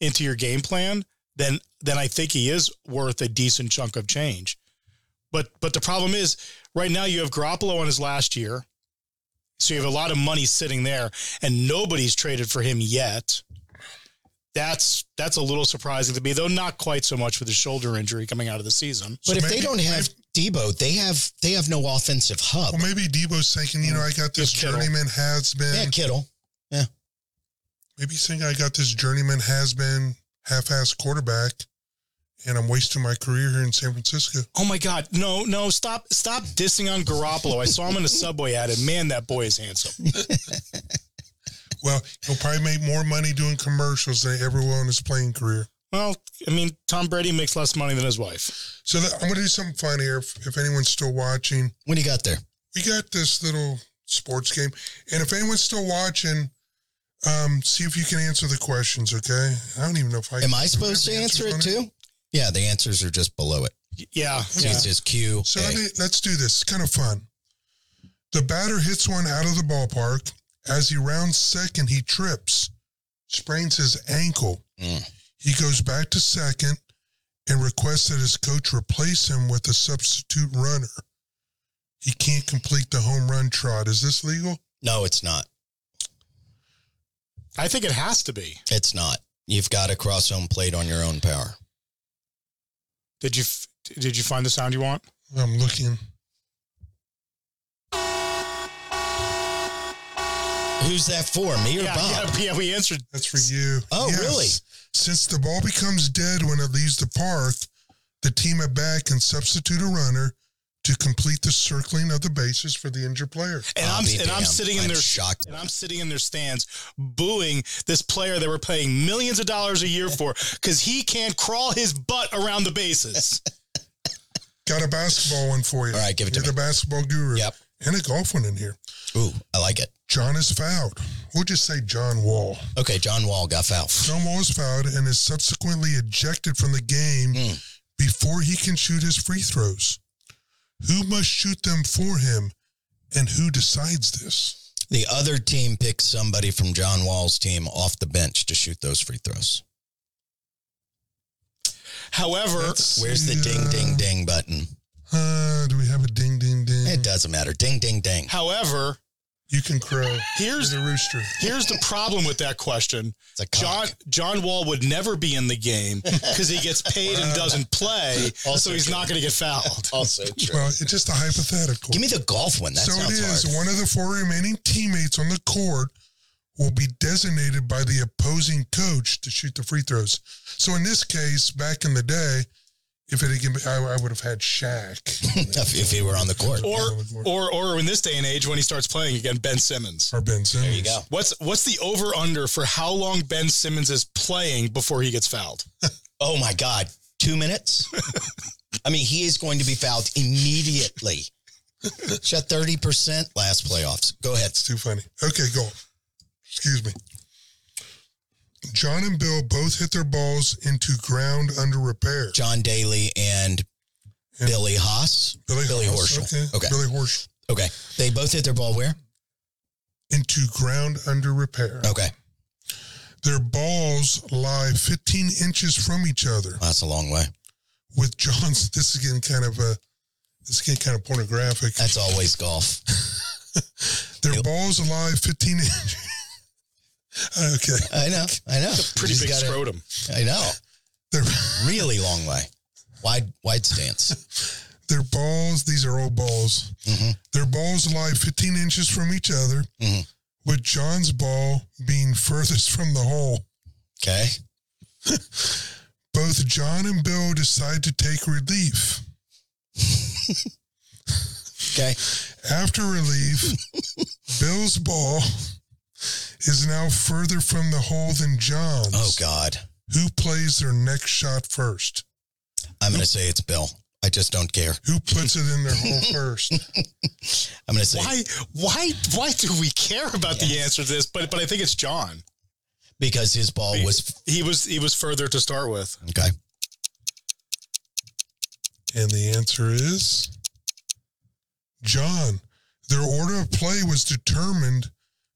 [SPEAKER 4] into your game plan, then then I think he is worth a decent chunk of change. But but the problem is right now you have Garoppolo on his last year, so you have a lot of money sitting there, and nobody's traded for him yet. That's that's a little surprising to me, though not quite so much with the shoulder injury coming out of the season.
[SPEAKER 3] But
[SPEAKER 2] So
[SPEAKER 3] if they
[SPEAKER 2] maybe-
[SPEAKER 3] don't have Debo, they have they have no offensive hub.
[SPEAKER 2] Well, maybe Debo's thinking, you know, I got this
[SPEAKER 4] Just Kittle.
[SPEAKER 2] journeyman has been.
[SPEAKER 3] yeah, Kittle.
[SPEAKER 2] Maybe he's thinking I got this journeyman has been half-ass quarterback, and I'm wasting my career here in San Francisco.
[SPEAKER 4] Oh my God! No, no! Stop! Stop dissing on Garoppolo. I saw him in a subway ad, and man, that boy is handsome.
[SPEAKER 2] Well, he'll probably make more money doing commercials than he ever will in his playing career.
[SPEAKER 4] Well, I mean, Tom Brady makes less money than his wife.
[SPEAKER 2] So that, I'm going to do something fun here. If, if anyone's still watching,
[SPEAKER 3] What do you got there?
[SPEAKER 2] we got this little sports game. And if anyone's still watching, um, see if you can answer the questions. Okay, I don't even know if I
[SPEAKER 3] Am
[SPEAKER 2] do
[SPEAKER 3] I
[SPEAKER 2] have
[SPEAKER 3] supposed to
[SPEAKER 2] the
[SPEAKER 3] answer
[SPEAKER 2] answers on
[SPEAKER 3] it too? Yeah, the answers are just below it.
[SPEAKER 4] Yeah.
[SPEAKER 3] So It's just Q.
[SPEAKER 2] So
[SPEAKER 3] A.
[SPEAKER 2] let me, let's do this. It's kind of fun. The batter hits one out of the ballpark. As he rounds second, he trips, sprains his ankle.
[SPEAKER 3] Mm.
[SPEAKER 2] He goes back to second and requests that his coach replace him with a substitute runner. He can't complete the home run trot. Is this legal?
[SPEAKER 3] No, it's not.
[SPEAKER 4] I think it has to be.
[SPEAKER 3] It's not. You've got to cross home plate on your own power.
[SPEAKER 4] Did you f- did you find the sound you want?
[SPEAKER 2] I'm looking.
[SPEAKER 3] Who's that for? Me or
[SPEAKER 4] yeah,
[SPEAKER 3] Bob?
[SPEAKER 4] yeah, yeah, we answered.
[SPEAKER 2] That's for you.
[SPEAKER 3] Oh, really?
[SPEAKER 2] Since the ball becomes dead when it leaves the park, the team at bat can substitute a runner to complete the circling of the bases for the injured player.
[SPEAKER 4] And
[SPEAKER 3] I'll
[SPEAKER 4] I'm
[SPEAKER 3] be
[SPEAKER 4] and I'm
[SPEAKER 3] damned.
[SPEAKER 4] sitting in
[SPEAKER 3] I'm
[SPEAKER 4] their
[SPEAKER 3] shocked.
[SPEAKER 4] and I'm sitting in their stands booing this player that we're paying millions of dollars a year for because he can't crawl his butt around the bases.
[SPEAKER 2] Got a basketball one for you.
[SPEAKER 3] All right, give it to
[SPEAKER 2] You're the basketball guru.
[SPEAKER 3] Yep.
[SPEAKER 2] And a golf one in here.
[SPEAKER 3] Ooh, I like it.
[SPEAKER 2] John is fouled. We'll just say John Wall.
[SPEAKER 3] Okay, John Wall got fouled.
[SPEAKER 2] John Wall is fouled and is subsequently ejected from the game
[SPEAKER 3] Mm.
[SPEAKER 2] before he can shoot his free throws. Who must shoot them for him, and who decides this?
[SPEAKER 3] The other team picks somebody from John Wall's team off the bench to shoot those free throws.
[SPEAKER 4] However,
[SPEAKER 3] Where's the ding, ding, ding button?
[SPEAKER 2] Uh, do we have a ding, ding, ding?
[SPEAKER 3] It doesn't matter. Ding, ding, ding.
[SPEAKER 4] however,
[SPEAKER 2] You can crow.
[SPEAKER 4] here's
[SPEAKER 2] You're the rooster.
[SPEAKER 4] here's the problem with that question.
[SPEAKER 3] It's a
[SPEAKER 4] John
[SPEAKER 3] cock.
[SPEAKER 4] John Wall would never be in the game because he gets paid and doesn't play,
[SPEAKER 3] Also
[SPEAKER 4] so he's
[SPEAKER 3] true.
[SPEAKER 4] not going to get fouled.
[SPEAKER 3] Also true.
[SPEAKER 2] Well, it's just a hypothetical.
[SPEAKER 3] Give me the golf one. That
[SPEAKER 2] so it
[SPEAKER 3] sounds
[SPEAKER 2] is.
[SPEAKER 3] hard.
[SPEAKER 2] One of the four remaining teammates on the court will be designated by the opposing coach to shoot the free throws. So in this case, back in the day, if it had given, I, I would have had Shaq
[SPEAKER 3] if, if he were on the court.
[SPEAKER 4] Or or or in this day and age when he starts playing again, Ben Simmons.
[SPEAKER 2] or Ben Simmons.
[SPEAKER 3] There you go.
[SPEAKER 4] What's what's the over under for how long Ben Simmons is playing before he gets fouled?
[SPEAKER 3] Oh my God. Two minutes? I mean, he is going to be fouled immediately. Shot 30% last playoffs. Go ahead.
[SPEAKER 2] It's too funny. Okay, go. Excuse me. John and Bill both hit their balls into ground under repair.
[SPEAKER 3] John Daly and Billy Haas. Billy
[SPEAKER 2] Horschel.
[SPEAKER 3] Horschel.
[SPEAKER 2] Okay.
[SPEAKER 3] Okay.
[SPEAKER 2] Billy Horschel.
[SPEAKER 3] Okay. They both hit their ball where?
[SPEAKER 2] Into ground under repair.
[SPEAKER 3] Okay.
[SPEAKER 2] Their balls lie 15 inches from each other.
[SPEAKER 3] That's a long way.
[SPEAKER 2] With John's, this is getting kind of a, this is getting kind of pornographic.
[SPEAKER 3] That's always golf.
[SPEAKER 2] Their balls lie 15 inches. okay.
[SPEAKER 3] I know. I know.
[SPEAKER 4] Pretty
[SPEAKER 3] He's
[SPEAKER 4] big
[SPEAKER 3] got a-
[SPEAKER 4] scrotum.
[SPEAKER 3] I know.
[SPEAKER 2] Their,
[SPEAKER 3] Really long way. Wide wide stance.
[SPEAKER 2] their balls, these are old balls.
[SPEAKER 3] Mhm.
[SPEAKER 2] Their balls lie 15 inches from each other,
[SPEAKER 3] Mhm.
[SPEAKER 2] with John's ball being furthest from the hole.
[SPEAKER 3] Okay.
[SPEAKER 2] Both John and Bill decide to take relief.
[SPEAKER 3] Okay.
[SPEAKER 2] After relief, Bill's ball is now further from the hole than John's.
[SPEAKER 3] Oh God.
[SPEAKER 2] Who plays their next shot first?
[SPEAKER 3] I'm gonna say it's Bill. I just don't care.
[SPEAKER 2] Who puts it in their hole first?
[SPEAKER 3] I'm gonna say
[SPEAKER 4] Why why why do we care about the answer to this? But but I think it's John.
[SPEAKER 3] because his ball was
[SPEAKER 4] He was he was further to start with.
[SPEAKER 3] okay.
[SPEAKER 2] And the answer is John. Their order of play was determined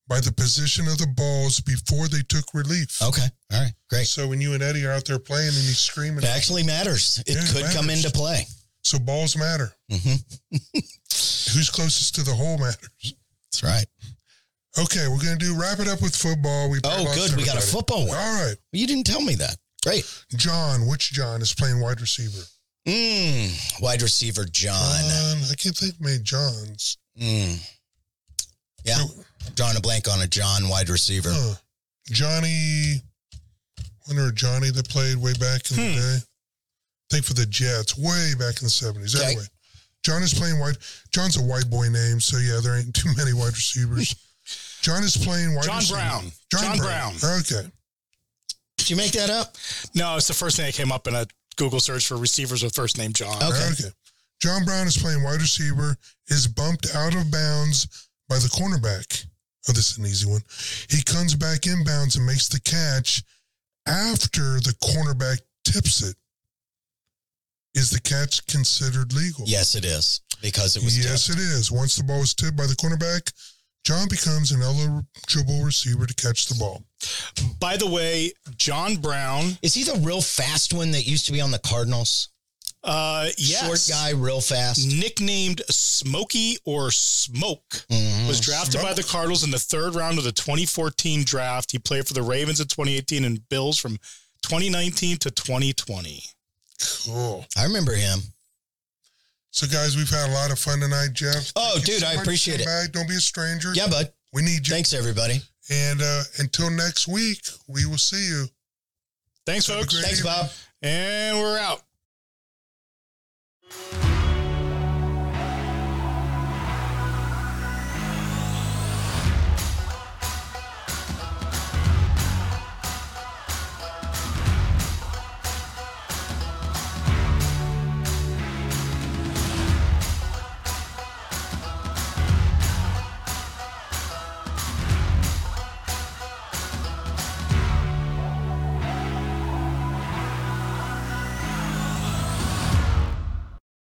[SPEAKER 2] by the position of the balls before they took relief.
[SPEAKER 3] Okay. All right. Great.
[SPEAKER 2] So when you and Eddie are out there playing and he's screaming,
[SPEAKER 3] It actually matters. It
[SPEAKER 2] Yeah, it
[SPEAKER 3] could come
[SPEAKER 2] matters.
[SPEAKER 3] into play.
[SPEAKER 2] so balls matter.
[SPEAKER 3] hmm
[SPEAKER 2] Who's closest to the hole matters.
[SPEAKER 3] That's right.
[SPEAKER 2] Okay, we're gonna do wrap it up with football. We
[SPEAKER 3] Oh,
[SPEAKER 2] lost
[SPEAKER 3] good. We got a
[SPEAKER 2] everybody.
[SPEAKER 3] football one.
[SPEAKER 2] All right,
[SPEAKER 3] You didn't tell me that. Great.
[SPEAKER 2] John. Which John is playing wide receiver?
[SPEAKER 3] Mm, wide receiver
[SPEAKER 4] Uh,
[SPEAKER 3] John.
[SPEAKER 2] John, I can't think of many Johns.
[SPEAKER 3] Mm. Yeah.
[SPEAKER 2] So-
[SPEAKER 3] Drawing a blank on a John wide receiver.
[SPEAKER 2] Huh. Johnny, wonder Johnny that played way back in
[SPEAKER 4] Hmm.
[SPEAKER 2] the day. I think for the Jets, way back in the seventies.
[SPEAKER 3] Okay.
[SPEAKER 2] Anyway, John is playing wide. John's a white boy name, so yeah, there ain't too many wide receivers. John is playing wide.
[SPEAKER 4] John
[SPEAKER 2] receiver.
[SPEAKER 4] Brown. John
[SPEAKER 2] Okay,
[SPEAKER 3] Did you make that up?
[SPEAKER 4] No, it's the first thing that came up in a Google search for receivers with first name John.
[SPEAKER 3] Okay.
[SPEAKER 2] okay. John Brown is playing wide receiver. Is bumped out of bounds by the cornerback. Oh, this is an easy one. He comes back inbounds and makes the catch after the cornerback tips it. Is the catch considered legal?
[SPEAKER 3] Yes, it is because it was.
[SPEAKER 2] yes,
[SPEAKER 3] tipped.
[SPEAKER 2] it is. Once the ball is tipped by the cornerback, John becomes an eligible receiver to catch the ball.
[SPEAKER 4] By the way, John Brown.
[SPEAKER 3] Is he the real fast one that used to be on the Cardinals?
[SPEAKER 4] Uh, yes.
[SPEAKER 3] Short guy, real fast.
[SPEAKER 4] nicknamed Smokey or Smoke,
[SPEAKER 3] Mhm.
[SPEAKER 4] was drafted by the Cardinals in the third round of the 2014 draft. He played for the Ravens in 2018 and Bills from 2019 to 2020.
[SPEAKER 2] Cool.
[SPEAKER 3] I remember him.
[SPEAKER 2] So, guys, we've had a lot of fun tonight, Jeff.
[SPEAKER 3] Oh,
[SPEAKER 2] Thank you
[SPEAKER 3] dude, I
[SPEAKER 2] much.
[SPEAKER 3] appreciate
[SPEAKER 2] Come
[SPEAKER 3] it.
[SPEAKER 2] Back. Don't be a stranger.
[SPEAKER 3] Yeah, bud.
[SPEAKER 2] We need you.
[SPEAKER 3] Thanks, everybody.
[SPEAKER 2] And uh, until next week, we will see you.
[SPEAKER 4] Thanks,
[SPEAKER 2] Have a
[SPEAKER 4] folks.
[SPEAKER 2] great
[SPEAKER 3] Thanks, Bob.
[SPEAKER 4] And we're out.